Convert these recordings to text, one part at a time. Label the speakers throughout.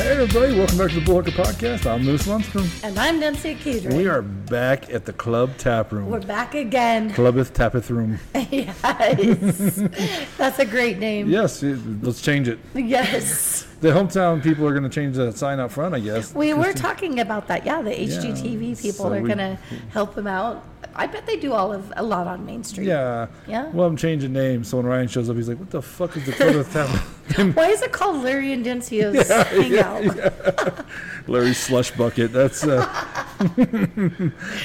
Speaker 1: everybody. Welcome back to the Bullhooker Podcast. I'm Lewis Lundstrom.
Speaker 2: And I'm Nancy Kedron.
Speaker 1: We are back at the club tap room.
Speaker 2: We're back again.
Speaker 1: Clubbeth Tappeth Room.
Speaker 2: yes. That's a great name.
Speaker 1: Yes, it- let's change it.
Speaker 2: Yes.
Speaker 1: The hometown people are going to change that sign out front, I guess.
Speaker 2: We were talking about that. Yeah, the HGTV people
Speaker 1: so
Speaker 2: are
Speaker 1: we-
Speaker 2: going to help them out. I bet they do all of a lot on Main Street.
Speaker 1: Yeah.
Speaker 2: Yeah.
Speaker 1: Well, I'm changing names. So when Ryan shows up, he's like, "What the fuck is the Clubbeth Tappeth?"
Speaker 2: Why is it called Larry and Dencio's Hangout?
Speaker 1: Larry Slush Bucket. That's. Uh,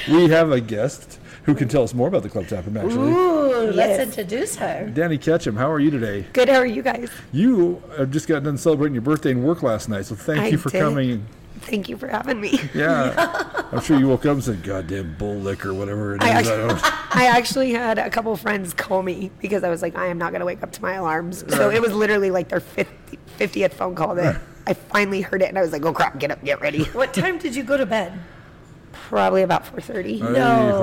Speaker 1: we have a guest who can tell us more about the club tap room. Actually,
Speaker 2: Ooh, let's
Speaker 3: Yes.
Speaker 2: introduce her.
Speaker 1: Danny Ketchum, how are you today?
Speaker 3: Good. How are you guys?
Speaker 1: You uh, just got done celebrating your birthday and work last night, so thank
Speaker 3: I
Speaker 1: you for
Speaker 3: did.
Speaker 1: coming.
Speaker 3: Thank you for having me.
Speaker 1: Yeah, I'm sure you woke up and said, "Goddamn bull liquor, whatever it is."
Speaker 3: I
Speaker 1: I
Speaker 3: actually,
Speaker 1: don't-
Speaker 3: I actually had a couple friends call me because I was like, I am not going to wake up to my alarms. So it was literally like their 50, 50th phone call that I finally heard it, and I was like, oh crap, get up, get ready.
Speaker 2: What time did you go to bed?
Speaker 3: Probably about 4:30.
Speaker 1: Hey,
Speaker 2: No.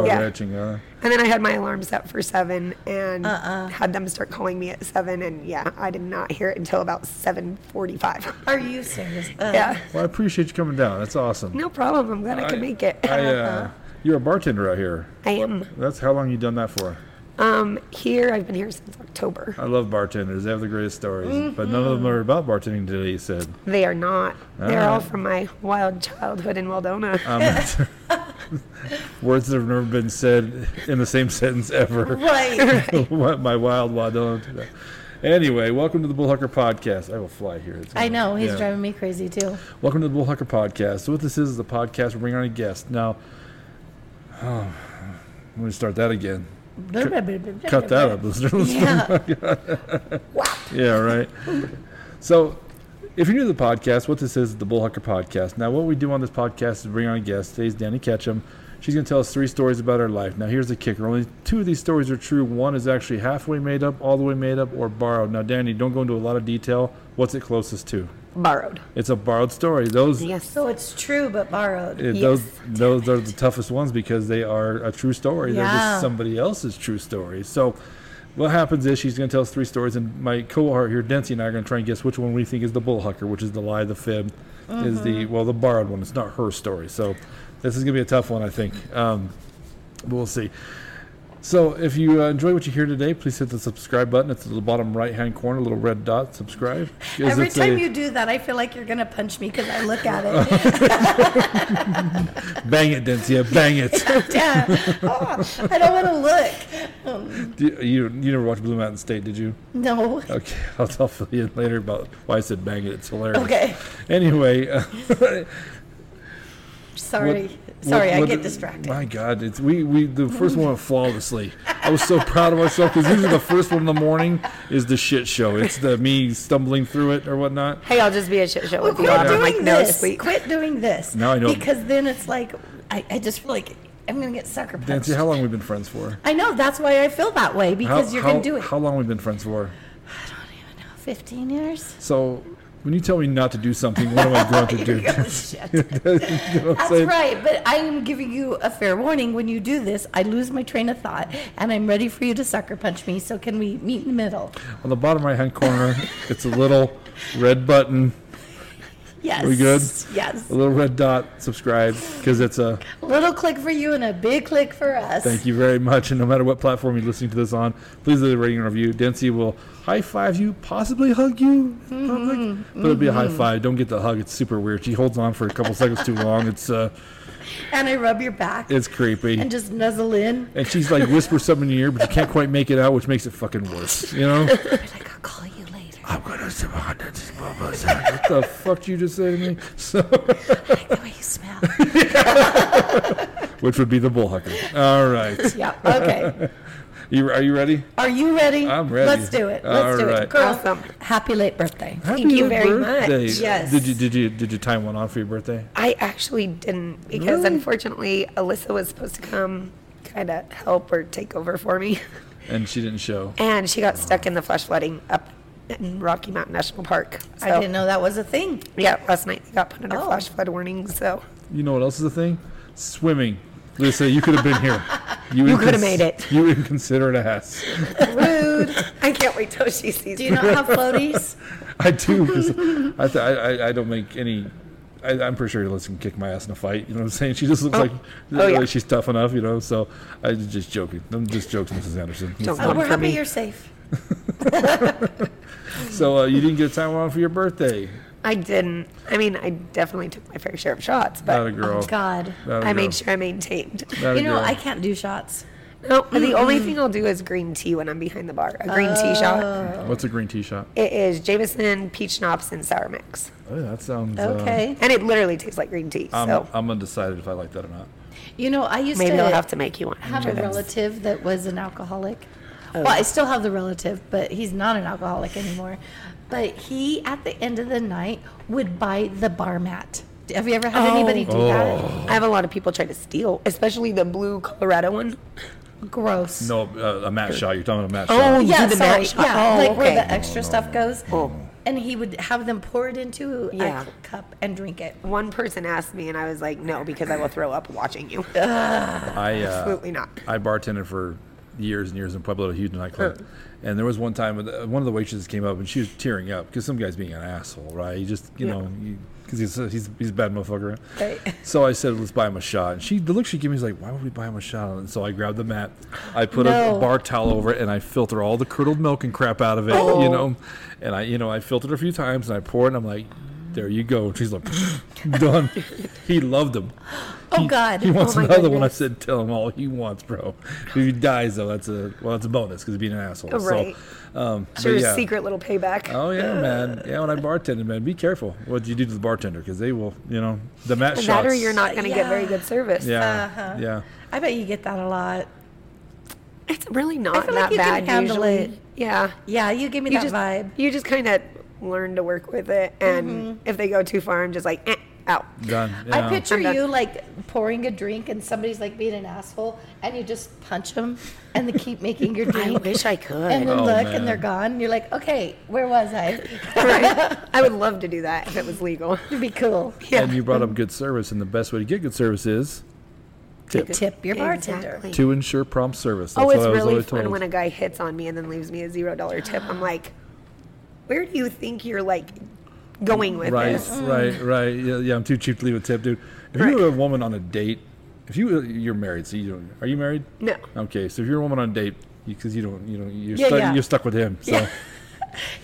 Speaker 3: Yeah.
Speaker 1: far-fetching, huh?
Speaker 3: And then I had my alarm set for seven, and had them start calling me at seven, and yeah, I did not hear it until about 7:45.
Speaker 2: Are you serious? Uh,
Speaker 3: yeah.
Speaker 1: Well, I appreciate you coming down. That's awesome.
Speaker 3: No problem. I'm glad I, could make it.
Speaker 1: I, uh, you're a bartender out here.
Speaker 3: I am.
Speaker 1: That's how long you done that for.
Speaker 3: Um, here, I've been here since October.
Speaker 1: I love bartenders. They have the greatest stories, but none of them are about bartending today. He said.
Speaker 3: They are not. They're all
Speaker 2: Ah.
Speaker 1: Alright.
Speaker 3: from my wild childhood in Waldona.
Speaker 1: Um, words that have never been said in the same sentence ever.
Speaker 2: Right.
Speaker 1: What my wild wadon. Anyway, welcome to the Bullhucker Podcast. I will fly here. It's gonna-
Speaker 2: I know. He's
Speaker 1: yeah.
Speaker 2: driving me crazy too.
Speaker 1: Welcome to the Bullhucker Podcast. So what this is is a podcast. We bring on a guest. Now, oh, I'm going to start that again. Cut that up, listeners.
Speaker 2: Yeah.
Speaker 1: Yeah, right. So, if you're new to the podcast, what this is is the Bullhucker Podcast. Now, what we do on this podcast is bring on a guest. Today's Danny Ketchum. She's going to tell us three stories about her life. Now, here's the kicker: only two of these stories are true. One is actually halfway made up, all the way made up, or borrowed. Now, Danny, don't go into a lot of detail. What's it closest to?
Speaker 3: Borrowed.
Speaker 1: It's a borrowed story. Those,
Speaker 3: Yes.
Speaker 2: So it's true but borrowed.
Speaker 1: it-
Speaker 3: Yes.
Speaker 1: those, those are the toughest ones because they are a true story. They're
Speaker 2: Yeah.
Speaker 1: just somebody else's true story. So. What happens is she's going to tell us three stories, and my cohort here, Dency, and I are going to try and guess which one we think is the bullhucker, which is the lie, the fib, is the
Speaker 2: Mm-hmm.
Speaker 1: well, the borrowed one. It's not her story, so this is going to be a tough one, I think. Um, but we'll see. So, if you uh, enjoy what you hear today, please hit the subscribe button. It's at the bottom right-hand corner, little red dot. Subscribe. 'Cause
Speaker 2: Every
Speaker 1: it's
Speaker 2: time
Speaker 1: a-
Speaker 2: you do that, I feel like you're going to punch me because I look at it.
Speaker 1: bang it, Dency, bang it.
Speaker 2: Yeah. Oh, I don't want to look. Um,
Speaker 1: Do you, you you never watched Blue Mountain State, did you?
Speaker 2: no.
Speaker 1: Okay, I'll tell you later about why I said bang it. It's hilarious.
Speaker 2: Okay.
Speaker 1: Anyway, uh,
Speaker 2: Sorry.
Speaker 1: what-
Speaker 2: Sorry, I
Speaker 1: what-
Speaker 2: get distracted.
Speaker 1: My God, it's we we the first one went flawlessly. I was so proud of myself because usually the first one in the morning is the shit show. It's the me stumbling through it or whatnot.
Speaker 3: Hey, I'll just be a shit show with you.
Speaker 2: quit
Speaker 3: all. I'm
Speaker 2: doing
Speaker 3: like, no,
Speaker 2: this.
Speaker 3: sweet.
Speaker 2: Quit doing this.
Speaker 1: Now I know-
Speaker 2: Because then it's like, I, I just feel like I'm going to get sucker punched.
Speaker 1: Nancy, how long we been friends for?
Speaker 2: I know. That's why I feel that way because
Speaker 1: how,
Speaker 2: you're
Speaker 1: how,
Speaker 2: going to do it.
Speaker 1: How long we been friends for?
Speaker 2: I don't know, 15 years?
Speaker 1: So when you tell me not to do something, what am I going to
Speaker 2: Here
Speaker 1: do?
Speaker 2: you go. Oh, Shit.
Speaker 1: You know what I'm
Speaker 2: That's
Speaker 1: saying?
Speaker 2: right, but I am giving you a fair warning. When you do this, I lose my train of thought, and I'm ready for you to sucker punch me. So can we meet in the middle?
Speaker 1: On the bottom right hand corner, it's a little red button.
Speaker 2: Yes.
Speaker 1: We good?
Speaker 2: Yes.
Speaker 1: A little red dot, subscribe, because it's a
Speaker 2: Little click for you and a big click for us.
Speaker 1: thank you very much. And no matter what platform you're listening to this on, please leave a rating and review. Dency will high five you, possibly hug you
Speaker 2: Mm-hmm.
Speaker 1: in public, but it'll be a high five. Don't get the hug; it's super weird. She holds on for a couple seconds too long. It's uh,
Speaker 2: And I rub your back
Speaker 1: it's creepy.
Speaker 2: and just nuzzle in.
Speaker 1: and she's like whispers something in your ear, but you can't quite make it out, which makes it fucking worse. You know?
Speaker 2: Like I'll call you later.
Speaker 1: I'm gonna survive this motherfucker. What the fuck you just say to me? So,
Speaker 2: Like
Speaker 1: Oh,
Speaker 2: the way you smell.
Speaker 1: which would be the bullhucker. All right,
Speaker 2: yeah. Okay.
Speaker 1: you are you ready?
Speaker 2: Are you ready?
Speaker 1: I'm ready.
Speaker 2: Let's do it.
Speaker 1: All
Speaker 2: Let's do
Speaker 1: right.
Speaker 2: it. Girl,
Speaker 3: Awesome.
Speaker 2: happy late birthday.
Speaker 1: Happy
Speaker 3: Thank you
Speaker 1: late
Speaker 3: very much.
Speaker 1: birthday.
Speaker 2: Yes.
Speaker 1: Did you did you did you time one off for your birthday?
Speaker 3: I actually didn't because unfortunately Alyssa was supposed to come kind of help or take over for me.
Speaker 1: And she didn't show.
Speaker 3: And she got stuck in the flash flooding up in Rocky Mountain National Park. So,
Speaker 2: I didn't know that was a thing.
Speaker 3: Yeah, last night they got put under
Speaker 2: Oh.
Speaker 3: flash flood warning. So
Speaker 1: You know what else is a thing? Swimming. Lisa, you could have been here. You,
Speaker 3: You could have
Speaker 1: incons-
Speaker 3: made it.
Speaker 1: You inconsiderate ass.
Speaker 3: rude. I can't wait until she sees
Speaker 2: Do you not have floaties?
Speaker 1: I do because I, th- I, I I don't make any. I, I'm pretty sure Alyssa can kick my ass in a fight. You know what I'm saying? She just looks like,
Speaker 3: Oh, yeah.
Speaker 1: like she's tough enough. You know, so I'm just joking. I'm just joking, Mrs. Anderson.
Speaker 3: Don't
Speaker 2: Oh,
Speaker 3: One
Speaker 2: we're
Speaker 3: for
Speaker 2: happy
Speaker 3: me.
Speaker 2: you're safe. Oh,
Speaker 1: So uh, you didn't get a time on for your birthday.
Speaker 3: I didn't. I mean, I definitely took my fair share of shots,
Speaker 1: Not a
Speaker 3: but
Speaker 1: girl.
Speaker 2: Oh, God.
Speaker 1: Not a
Speaker 3: I
Speaker 1: girl.
Speaker 3: made sure I maintained.
Speaker 1: Not a
Speaker 2: You know,
Speaker 1: girl.
Speaker 2: I can't do shots.
Speaker 3: No, the only thing I'll do is green tea when I'm behind the bar. A green tea
Speaker 2: Oh.
Speaker 3: shot.
Speaker 1: What's a green tea shot?
Speaker 3: It is Jameson, peach schnapps, and sour mix,
Speaker 1: Oh, that sounds uh,
Speaker 2: Okay.
Speaker 3: and it literally tastes like green tea.
Speaker 1: I'm,
Speaker 3: so
Speaker 1: I'm undecided if I like that or not.
Speaker 2: You know, I used
Speaker 3: maybe
Speaker 2: to
Speaker 3: I'll have to make you one.
Speaker 2: have a relative that was an alcoholic. Well, I still have the relative, but he's not an alcoholic anymore. But he, at the end of the night, would buy the bar mat. Have you ever had anybody do that?
Speaker 3: I have a lot of people try to steal, especially the blue Colorado one.
Speaker 2: Gross.
Speaker 1: No, uh, a Matt shot. You're talking about Matt
Speaker 3: Oh,
Speaker 1: shot.
Speaker 3: you
Speaker 2: yeah,
Speaker 3: do the
Speaker 2: sorry.
Speaker 3: mat shot.
Speaker 2: Yeah,
Speaker 3: Oh,
Speaker 2: like where
Speaker 3: okay.
Speaker 2: the extra stuff goes.
Speaker 3: Oh.
Speaker 2: And he would have them pour it into a
Speaker 3: Yeah.
Speaker 2: cup and drink it.
Speaker 3: One person asked me, and I was like, "No, because I will throw up watching you."
Speaker 1: I, uh,
Speaker 3: Absolutely not.
Speaker 1: I bartended for years and years in Pueblo, a huge nightclub. And there was one time with- uh, one of the waitresses came up and she was tearing up because some guy's being an asshole, right? He just, you
Speaker 3: Yeah.
Speaker 1: know, because he's, uh, he's he's a bad motherfucker.
Speaker 2: Right.
Speaker 1: So I said, let's buy him a shot. And she, the look she gave me was like, why would we buy him a shot? And so I grabbed the mat, I put a
Speaker 2: No.
Speaker 1: bar towel over it, and I filter all the curdled milk and crap out of it,
Speaker 3: Oh.
Speaker 1: you know. And I, you know, I filtered a few times and I poured, and I'm like, there you go. And she's like, done. he loved him.
Speaker 2: Oh,
Speaker 1: He-
Speaker 2: God.
Speaker 1: He wants
Speaker 3: Oh, my
Speaker 1: another one. I
Speaker 3: goodness.
Speaker 1: said, tell him all he wants, bro. If he dies, though, that's a well, that's a bonus because being an asshole.
Speaker 3: Right.
Speaker 1: So, um,
Speaker 3: It's
Speaker 1: but
Speaker 3: your
Speaker 1: yeah.
Speaker 3: secret little payback.
Speaker 1: Oh yeah, man. Yeah, when I bartended, man, be careful what you do to the bartender because they will, you know, the mat
Speaker 3: And
Speaker 1: shots.
Speaker 3: that or you're not going to get very
Speaker 2: Yeah.
Speaker 3: good service.
Speaker 1: Yeah,
Speaker 2: Uh-huh.
Speaker 1: yeah.
Speaker 2: I bet you get that a lot.
Speaker 3: It's really not
Speaker 2: feel
Speaker 3: that
Speaker 2: like you can
Speaker 3: bad
Speaker 2: handle
Speaker 3: usually.
Speaker 2: it.
Speaker 3: Yeah.
Speaker 2: Yeah, you give me
Speaker 3: You
Speaker 2: that
Speaker 3: just
Speaker 2: vibe. Mm-hmm.
Speaker 3: you just kind of learn to work with it and if they go too far I'm just like eh, out.
Speaker 1: Done.
Speaker 2: I
Speaker 1: yeah.
Speaker 2: picture
Speaker 3: I'm done.
Speaker 2: you like pouring a drink and somebody's like being an asshole and you just punch them and they keep making your drink.
Speaker 3: I could.
Speaker 2: and then
Speaker 1: Oh,
Speaker 2: look
Speaker 1: man.
Speaker 2: and they're gone. You're like, okay, where was I?
Speaker 3: right? I would love to do that if it was legal.
Speaker 2: It'd be cool.
Speaker 3: Yeah.
Speaker 1: And you brought up good service, and the best way to get good service is tip
Speaker 2: Tip your bartender.
Speaker 3: Exactly.
Speaker 1: to ensure prompt service. That's
Speaker 3: oh, it's
Speaker 1: what I was
Speaker 3: really
Speaker 1: always
Speaker 3: fun
Speaker 1: told.
Speaker 3: when a guy hits on me and then leaves me a zero dollar tip. I'm like, where do you think you're like going with
Speaker 1: Right,
Speaker 3: this?
Speaker 1: right, right. Yeah, yeah, I'm too cheap to leave a tip, dude. If you
Speaker 3: Right.
Speaker 1: were a woman on a date, if you you're married, so you don't, are you married?
Speaker 3: No.
Speaker 1: Okay, so if you're a woman on a date, because you, don't, you don't, you're,
Speaker 2: Yeah,
Speaker 1: stuck,
Speaker 2: yeah.
Speaker 1: you're stuck with him. So
Speaker 2: Yeah.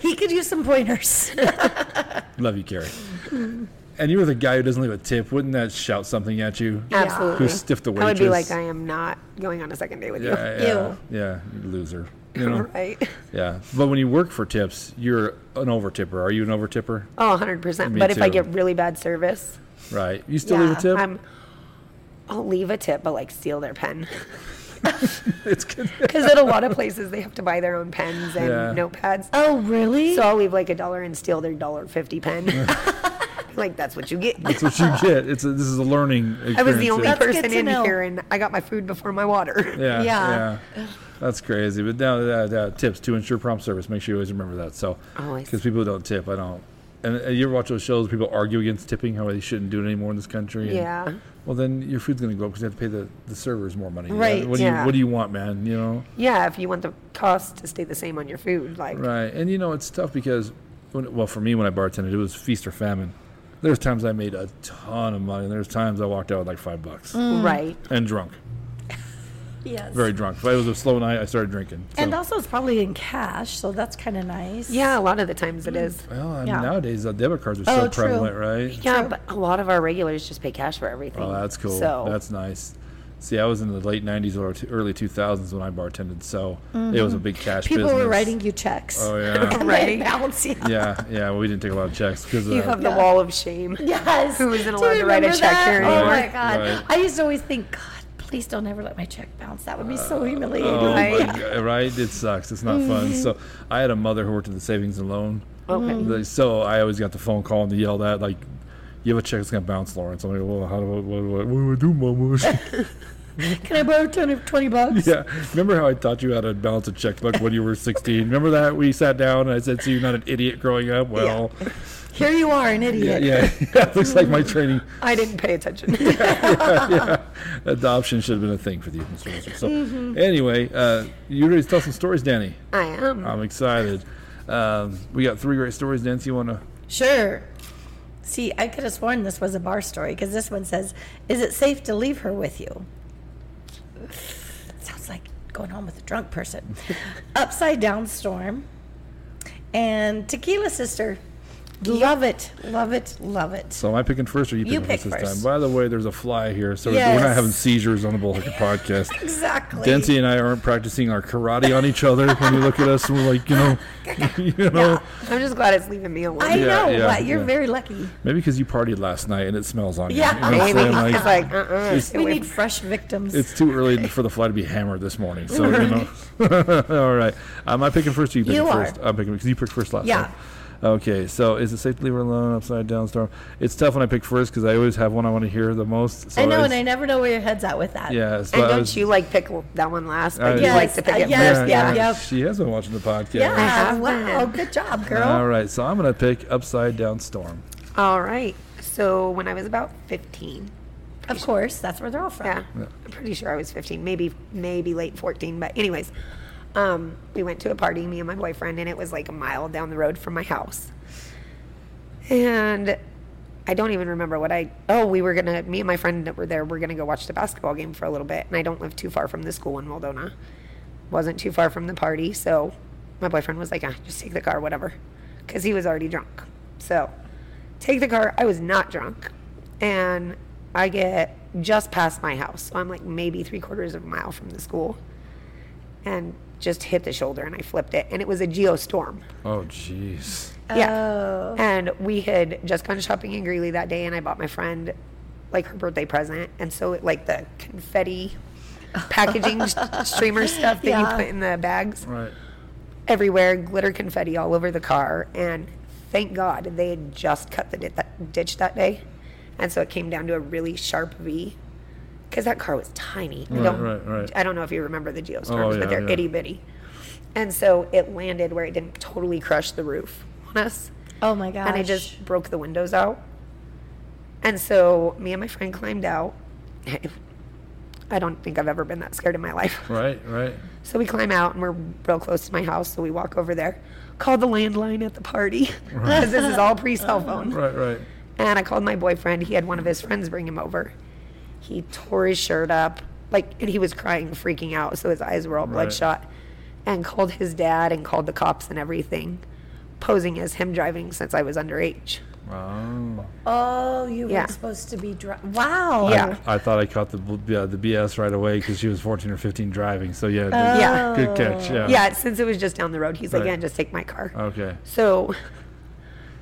Speaker 2: He could use some pointers.
Speaker 1: love you, Carrie. and you were the guy who doesn't leave a tip. Wouldn't that shout something at you?
Speaker 3: Absolutely.
Speaker 1: Who stiffed the
Speaker 3: I would be
Speaker 1: waitress.
Speaker 3: like, I am not going on a second date with you.
Speaker 1: Yeah, yeah,
Speaker 2: Ew.
Speaker 1: yeah, you loser. You know?
Speaker 3: Right.
Speaker 1: Yeah, but when you work for tips, you're an over tipper. Are you an over tipper?
Speaker 3: Oh, 100%.
Speaker 1: Me
Speaker 3: but if I
Speaker 1: too.
Speaker 3: get really bad service,
Speaker 1: Right. You still leave a
Speaker 3: yeah,
Speaker 1: tip?
Speaker 3: I'm, I'll leave a tip, but like steal their pen.
Speaker 1: it's good.
Speaker 3: Because at a lot of places, they have to buy their own pens and
Speaker 1: Yeah.
Speaker 3: notepads.
Speaker 2: oh, really?
Speaker 3: So I'll leave like a dollar and steal their dollar fifty pen. like that's what you get.
Speaker 1: That's what you get. It's a, this is a learning. Experience.
Speaker 3: I was the only
Speaker 1: yeah.
Speaker 2: That's good
Speaker 3: person
Speaker 2: to
Speaker 3: in
Speaker 2: know.
Speaker 3: here, and I got my food before my water.
Speaker 1: Yeah,
Speaker 2: Yeah.
Speaker 1: yeah. That's crazy. But now, uh, uh, tips to ensure prompt service. Make sure you always remember that. So,
Speaker 3: Always.
Speaker 1: because people don't tip, I don't. And uh, you ever watch those shows? where People argue against tipping, how they shouldn't do it anymore in this country. and-
Speaker 3: Yeah.
Speaker 1: well, then your food's going to go up because you have to pay the, the servers more money.
Speaker 2: Right,
Speaker 1: What do you
Speaker 3: yeah.
Speaker 1: What do you want, man? You know.
Speaker 3: Yeah, if you want the cost to stay the same on your food, like
Speaker 1: Right, and you know it's tough because, when, well, for me when I bartended, it was feast or famine. There's times I made a ton of money, and there's times I walked out with like five bucks
Speaker 3: right.
Speaker 1: and drunk,
Speaker 2: yes.
Speaker 1: very drunk. If it was a slow night, I started drinking. So.
Speaker 2: and also, it's probably in cash, so that's kind of nice.
Speaker 3: Yeah, a lot of the times it is.
Speaker 1: well, I mean,
Speaker 2: yeah.
Speaker 1: nowadays the debit cards are
Speaker 2: Oh,
Speaker 1: so
Speaker 2: true.
Speaker 1: prevalent, right?
Speaker 3: Yeah, but a lot of our regulars just pay cash for everything.
Speaker 1: Oh, that's cool.
Speaker 3: So
Speaker 1: That's nice. See, I was in the late '90s or t- early 2000s when I bartended, so it was a big cash.
Speaker 2: Mm-hmm. People
Speaker 1: business.
Speaker 2: were writing you checks.
Speaker 1: Oh yeah,
Speaker 2: And
Speaker 3: Right.
Speaker 2: they bounce you.
Speaker 1: yeah, yeah. Well, we didn't take a lot of checks uh, because
Speaker 3: you have the
Speaker 2: Yeah.
Speaker 3: wall of shame.
Speaker 2: Yes.
Speaker 3: Who isn't
Speaker 2: Do you
Speaker 3: allowed to write a
Speaker 2: remember
Speaker 3: check
Speaker 2: that?
Speaker 3: here
Speaker 2: Oh my
Speaker 1: anymore?
Speaker 2: god.
Speaker 1: Right.
Speaker 2: I used to always think, God, please don't ever let my check bounce. That would be so humiliating.
Speaker 1: Oh my
Speaker 3: Right?
Speaker 1: God, right? It sucks. It's not
Speaker 2: Mm-hmm.
Speaker 1: fun. So I had a mother who worked at the savings and loan.
Speaker 3: Okay.
Speaker 2: Mm-hmm.
Speaker 1: They- So I always got the phone call and they yelled at like, "You have a check that's gonna bounce, Lawrence." I'm like, "Well, how do I, what, do I- what do I do, Mama?"
Speaker 2: Can I borrow 20 20 bucks?
Speaker 1: yeah. Remember how I taught you how to balance a checkbook when you were 16? Remember that we sat down and I said, "So you're not an idiot growing up." Well,
Speaker 2: Here you are, an
Speaker 1: Yeah,
Speaker 2: idiot.
Speaker 1: yeah. it looks like my training
Speaker 3: I didn't pay attention.
Speaker 1: adoption should have been a thing for the open source. So,
Speaker 2: Mm-hmm.
Speaker 1: anyway, uh, you ready to tell some stories, Danny?
Speaker 3: I am.
Speaker 1: I'm excited. Um, we got three great stories, Nancy. You want to?
Speaker 2: Sure. See, I could have sworn this was a bar story because this one says, "Is it safe to leave her with you?" Sounds like going home with a drunk person. Upside down storm and tequila sister. Love it, love it, love it.
Speaker 1: So, am I picking first, or you picking
Speaker 2: You
Speaker 1: first this
Speaker 2: pick
Speaker 1: time?
Speaker 2: first.
Speaker 1: By the way, there's a fly here, so we're not
Speaker 2: Yes.
Speaker 1: having seizures on the Bullhooker podcast.
Speaker 2: Exactly.
Speaker 1: Dancy and I aren't practicing our karate on each other when you look at us and we're like, you know, you know.
Speaker 3: I'm just glad it's leaving me alone.
Speaker 2: I
Speaker 1: Yeah,
Speaker 2: know.
Speaker 1: yeah,
Speaker 2: wow, you're
Speaker 1: yeah.
Speaker 2: very lucky.
Speaker 1: Maybe because you partied last night and it smells on you.
Speaker 2: Yeah,
Speaker 1: you. know what I'm
Speaker 3: Maybe.
Speaker 1: saying? Like,
Speaker 3: it's like, uh-uh.
Speaker 2: We
Speaker 3: It
Speaker 2: need
Speaker 3: was-
Speaker 2: fresh victims.
Speaker 1: it's too early for the fly to be hammered this morning. So you know. All right. Am I picking first? Or you picking
Speaker 2: You are.
Speaker 1: first? I'm picking because you picked first last
Speaker 2: Yeah.
Speaker 1: time. Okay. So is it safe to leave her alone upside down storm? It's tough when I pick first because I always have one I want to hear the most. So
Speaker 2: I know, and I
Speaker 1: it's-
Speaker 2: never know where your head's at with that.
Speaker 1: Yeah. So
Speaker 3: and
Speaker 1: I
Speaker 3: don't
Speaker 1: was-
Speaker 3: you like pick that one last? Like,
Speaker 1: I-
Speaker 3: you like
Speaker 2: Yes,
Speaker 3: to pick
Speaker 2: uh,
Speaker 3: it
Speaker 2: yes,
Speaker 3: first?
Speaker 2: yeah,
Speaker 3: Yeah.
Speaker 2: yeah. yep.
Speaker 1: She has been watching the podcast.
Speaker 2: Yeah.
Speaker 3: have
Speaker 2: Wow.
Speaker 3: been.
Speaker 2: Good job, girl.
Speaker 1: All right. So I'm gonna pick upside down storm.
Speaker 3: All right. So when I was about 15,
Speaker 2: Of course, that's where they're all from.
Speaker 3: Yeah. I'm pretty sure I was 15, maybe maybe late 14, but anyways, um, we went to a party, me and my boyfriend, and it was like a mile down the road from my house. And I don't even remember what I. Oh, we were gonna. Me and my friend that were there were gonna go watch the basketball game for a little bit, and I don't live too far from the school in Waldona. Wasn't too far from the party, so my boyfriend was like, ah, "Just take the car, whatever," because he was already drunk. So take the car. I was not drunk. And I get just past my house. So I'm like maybe three quarters of a mile from the school and just hit the shoulder and I flipped it. And it was a geostorm.
Speaker 1: Oh, jeez.
Speaker 2: Oh.
Speaker 3: Yeah. And we had just gone shopping in Greeley that day, and I bought my friend like her birthday present. And so, it, like the confetti packaging streamer stuff that
Speaker 2: Yeah.
Speaker 3: you put in the bags
Speaker 1: Right.
Speaker 3: everywhere, glitter confetti all over the car. And thank God they had just cut the di- that ditch that day. And so it came down to a really sharp V because that car was tiny. I
Speaker 1: Right,
Speaker 3: don't,
Speaker 1: right, right.
Speaker 3: I don't know if you remember the Geostorms,
Speaker 1: Oh, yeah,
Speaker 3: but they're
Speaker 1: yeah.
Speaker 3: itty bitty. And so it landed where it didn't totally crush the roof on us.
Speaker 2: Oh my gosh.
Speaker 3: And I just broke the windows out. And so me and my friend climbed out. I don't think I've ever been that scared in my life.
Speaker 1: Right. Right.
Speaker 3: So we climb out and we're real close to my house. So we walk over there, call the landline at the party. 'Cause this is all pre cell phone.
Speaker 1: Right. Right.
Speaker 3: And I called my boyfriend. He had one of his friends bring him over. He tore his shirt up, like, and he was crying, freaking out. So his eyes were all bloodshot. And called his dad and called the cops and everything, posing as him driving since I was underage.
Speaker 1: Wow.
Speaker 2: Oh, you
Speaker 3: Yeah.
Speaker 2: were supposed to be drunk. Wow.
Speaker 3: Yeah.
Speaker 1: I thought I caught the bl- uh, the BS right away because she was 14 or 15 driving. So yeah,
Speaker 3: Yeah.
Speaker 1: good, good catch. Yeah.
Speaker 3: Oh. Yeah, since it was just down the road, he's like,
Speaker 1: Right. Oh.
Speaker 3: yeah, just take my car.
Speaker 1: Okay.
Speaker 3: So,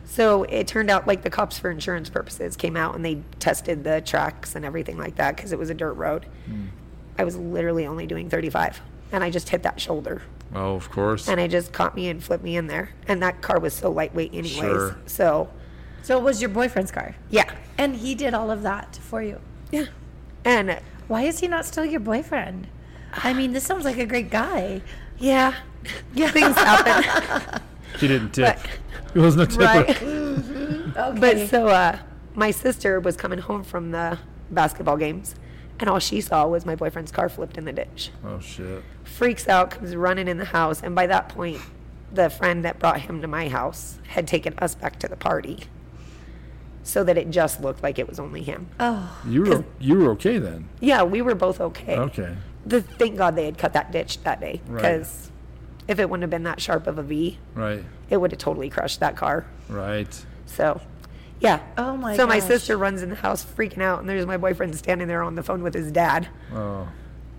Speaker 3: so it turned out like the cops for insurance purposes came out and they tested the tracks and everything like that because it was a dirt road.
Speaker 1: Hmm.
Speaker 3: I was literally only doing 35, and I just hit that shoulder,
Speaker 1: Oh, of course.
Speaker 3: and it just caught me and flipped me in there. And that car was so lightweight, anyways.
Speaker 1: Sure.
Speaker 3: So,
Speaker 2: So it was your boyfriend's car.
Speaker 3: yeah,
Speaker 2: And he did all of that for you.
Speaker 3: yeah, and
Speaker 2: Why is he not still your boyfriend? I mean, this sounds like a great guy.
Speaker 3: yeah, yeah, things happen.
Speaker 1: He didn't tip. He wasn't a tipper.
Speaker 3: Right.
Speaker 2: Okay.
Speaker 3: But so uh, my sister was coming home from the basketball games, and all she saw was my boyfriend's car flipped in the ditch.
Speaker 1: Oh shit.
Speaker 3: Freaks out, comes running in the house, and by that point, the friend that brought him to my house had taken us back to the party, so that it just looked like it was only him.
Speaker 2: oh,
Speaker 1: You were you were okay then.
Speaker 3: Yeah, we were both okay.
Speaker 1: Okay.
Speaker 3: The, thank God they had cut that ditch that day,
Speaker 1: Right.
Speaker 3: because if it wouldn't have been that sharp of a V,
Speaker 1: Right.
Speaker 3: it would have totally crushed that car.
Speaker 1: Right.
Speaker 3: So, yeah.
Speaker 2: Oh my
Speaker 3: So my
Speaker 2: gosh.
Speaker 3: sister runs in the house freaking out, and there's my boyfriend standing there on the phone with his dad,
Speaker 1: Oh.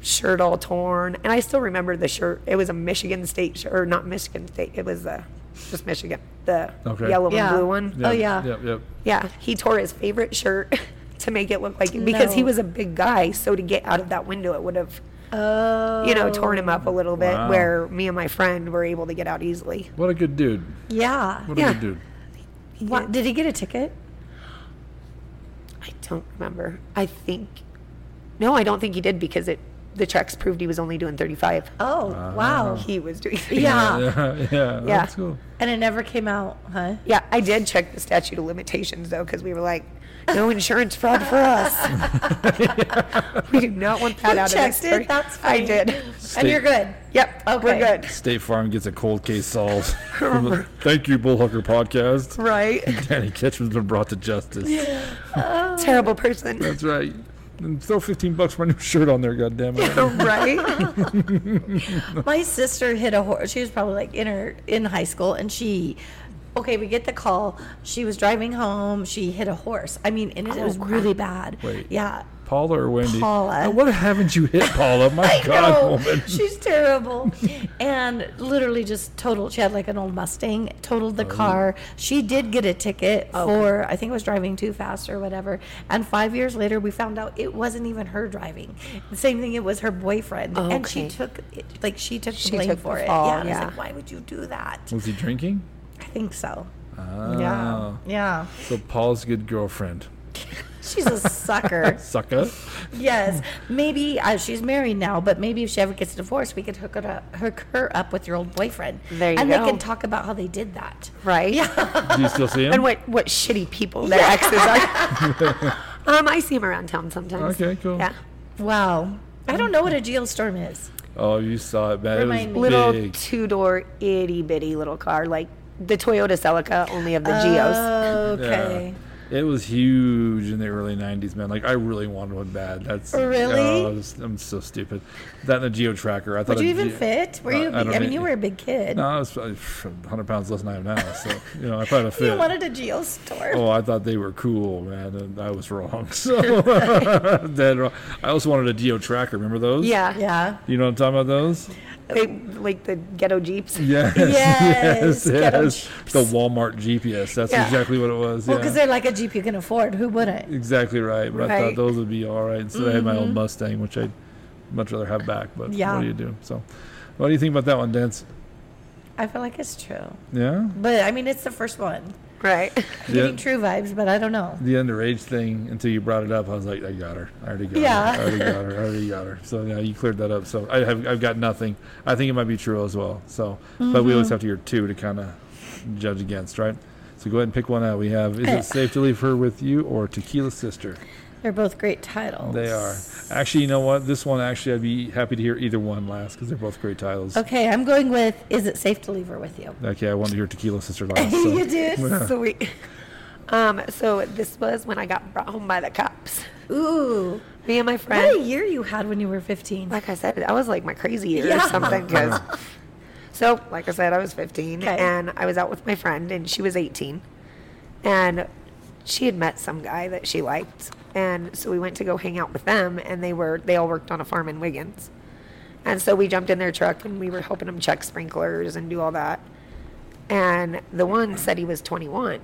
Speaker 3: shirt all torn. And I still remember the shirt. It was a Michigan State shirt, or not Michigan State. It was uh, just Michigan, the
Speaker 1: Okay.
Speaker 3: yellow
Speaker 2: Yeah.
Speaker 3: and blue one.
Speaker 2: Yeah. Oh, yeah.
Speaker 1: Yep. Yep.
Speaker 3: Yeah, he tore his favorite shirt to make it look like because he
Speaker 2: No.
Speaker 3: was a big guy. So to get out of that window, it would have
Speaker 2: oh.
Speaker 3: you know torn him up a little bit.
Speaker 1: Wow.
Speaker 3: Where me and my friend were able to get out easily.
Speaker 1: What a good dude.
Speaker 2: Yeah.
Speaker 1: What
Speaker 3: Yeah.
Speaker 1: a good dude.
Speaker 2: What, did he get a ticket?
Speaker 3: I don't remember. I think no, I don't think he did because it the checks proved he was only doing 35.
Speaker 2: Oh,
Speaker 1: Ah.
Speaker 2: wow.
Speaker 3: He was doing 35.
Speaker 2: Yeah.
Speaker 1: Yeah, yeah,
Speaker 3: Yeah.
Speaker 1: that's cool.
Speaker 2: And it never came out, huh?
Speaker 3: Yeah, I did check the statute of limitations though, because we were like, no insurance fraud for us. we do not want that
Speaker 2: You
Speaker 3: out
Speaker 2: checked
Speaker 3: of this. story.
Speaker 2: it. That's
Speaker 3: I
Speaker 2: fine.
Speaker 3: did.
Speaker 2: And you're good.
Speaker 3: Yep.
Speaker 2: Okay.
Speaker 3: We're good.
Speaker 1: State Farm gets a cold case solved. Thank you, Bullhooker Podcast.
Speaker 3: Right.
Speaker 1: Danny Ketchum's been brought to justice.
Speaker 3: Terrible person.
Speaker 1: That's right. And throw 15 bucks for my new shirt on there, goddammit.
Speaker 3: right.
Speaker 2: My sister hit a horse. She was probably like in her in high school, and she. Okay, we get the call. She was driving home. She hit a horse. I mean, and
Speaker 3: Oh,
Speaker 2: it, it was really bad.
Speaker 1: Wait.
Speaker 2: Yeah.
Speaker 1: Paula or Wendy?
Speaker 2: Paula.
Speaker 1: Oh, what haven't you hit, Paula? My
Speaker 2: I
Speaker 1: God,
Speaker 2: know.
Speaker 1: woman.
Speaker 2: She's terrible. and literally just totaled. She had like an old Mustang, totaled the
Speaker 3: Oh.
Speaker 2: car. She did get a ticket for, I think it was driving too fast or whatever. And five years later, we found out it wasn't even her driving. The same thing, it was her boyfriend. And she
Speaker 3: Okay.
Speaker 2: took, it, like, she took the
Speaker 3: She
Speaker 2: blame
Speaker 3: took the
Speaker 2: for it.
Speaker 3: fall,
Speaker 2: yeah. And I
Speaker 3: yeah.
Speaker 2: was like, why would you do that?
Speaker 1: Was he drinking?
Speaker 2: I think so. Yeah.
Speaker 3: Oh.
Speaker 1: Ah.
Speaker 2: Yeah.
Speaker 1: So Paula's a good girlfriend.
Speaker 2: She's a sucker.
Speaker 1: Sucker.
Speaker 2: Yes, maybe uh, she's married now, but maybe if she ever gets divorced, we could hook her up, hook her up with your old boyfriend.
Speaker 3: There you
Speaker 2: and
Speaker 3: go.
Speaker 2: they can talk about how they did that.
Speaker 3: Right.
Speaker 1: Do you still see him?
Speaker 3: And what, what shitty people their exes are. um, I see him around town sometimes.
Speaker 1: Okay, cool.
Speaker 3: Yeah.
Speaker 2: Wow, I don't know what a geostorm is.
Speaker 1: Oh, you saw it, man.
Speaker 2: Remind
Speaker 1: it
Speaker 2: me.
Speaker 1: was
Speaker 3: Little
Speaker 1: big.
Speaker 3: two door itty bitty little car, like the Toyota Celica, only of the Geos.
Speaker 2: Okay.
Speaker 1: Yeah. It was huge in the early '90s, man. Like I really wanted one bad. That's
Speaker 2: Really?
Speaker 1: Oh, I was- I'm so stupid. That and a Geo Tracker. I thought
Speaker 2: Would you
Speaker 1: a
Speaker 2: even
Speaker 1: Geo-
Speaker 2: fit? Were
Speaker 1: Uh,
Speaker 2: you? a
Speaker 1: I
Speaker 2: big-
Speaker 1: don't
Speaker 2: I, mean,
Speaker 1: know.
Speaker 2: you were a big kid.
Speaker 1: No, I was uh, probably 100 pounds less than I am now. So you know, I probably fit.
Speaker 2: You wanted a geostorm.
Speaker 1: Oh, I thought they were cool, man, and I was wrong. So dead wrong. I also wanted a Geo Tracker. Remember those?
Speaker 3: Yeah.
Speaker 2: Yeah.
Speaker 1: You know what I'm talking about? Those?
Speaker 3: They, like the ghetto Jeeps.
Speaker 1: Yes.
Speaker 2: Yes, ghetto Jeeps.
Speaker 1: The Walmart GPS. That's
Speaker 3: Yeah.
Speaker 1: exactly what it was.
Speaker 2: Well,
Speaker 1: yeah.
Speaker 2: because they're like a Jeep you can afford. Who wouldn't?
Speaker 1: Exactly right. But I thought
Speaker 3: Right.
Speaker 1: those would be all right. So I had my old Mustang, which I'd much rather have back. But what
Speaker 2: Yeah.
Speaker 1: do you do? So, what do you think about that one, Dance?
Speaker 2: I feel like it's true.
Speaker 1: Yeah,
Speaker 2: But I mean, it's the first one.
Speaker 3: Right.
Speaker 2: I'm
Speaker 1: Yeah.
Speaker 2: Getting true vibes, but I don't know.
Speaker 1: the underage thing. Until you brought it up, I was like, I got her. I already got
Speaker 2: Yeah.
Speaker 1: her. I already got her. I already got her. So yeah, you cleared that up. So I have I've got nothing. I think it might be true as well. So, but we
Speaker 2: Mm-hmm.
Speaker 1: always have to hear two to kind of judge against, right? So go ahead and pick one out. We have: Is it safe to leave her with you or Tequila Sister?
Speaker 2: They're both great titles.
Speaker 1: They are. Actually, you know what? This one, actually, I'd be happy to hear either one last because they're both great titles.
Speaker 2: Okay, I'm going with. Is it safe to leave her with you?
Speaker 1: Okay, I wanted to hear Tequila Sister last. So.
Speaker 2: you did.
Speaker 3: Sweet. Um, so this was when I got brought home by the cops.
Speaker 2: Ooh,
Speaker 3: Me and my
Speaker 2: what a
Speaker 3: friend,
Speaker 2: year you had when you were 15.
Speaker 3: like I said, I was like my crazy year
Speaker 2: Yeah.
Speaker 3: or something. 'cause- so, like I said, I was 15
Speaker 2: Okay.
Speaker 3: and I was out with my friend and she was 18. And she had met some guy that she liked. And so we went to go hang out with them and they were, they all worked on a farm in Wiggins. And so we jumped in their truck and we were helping them check sprinklers and do all that. And the one said he was 21.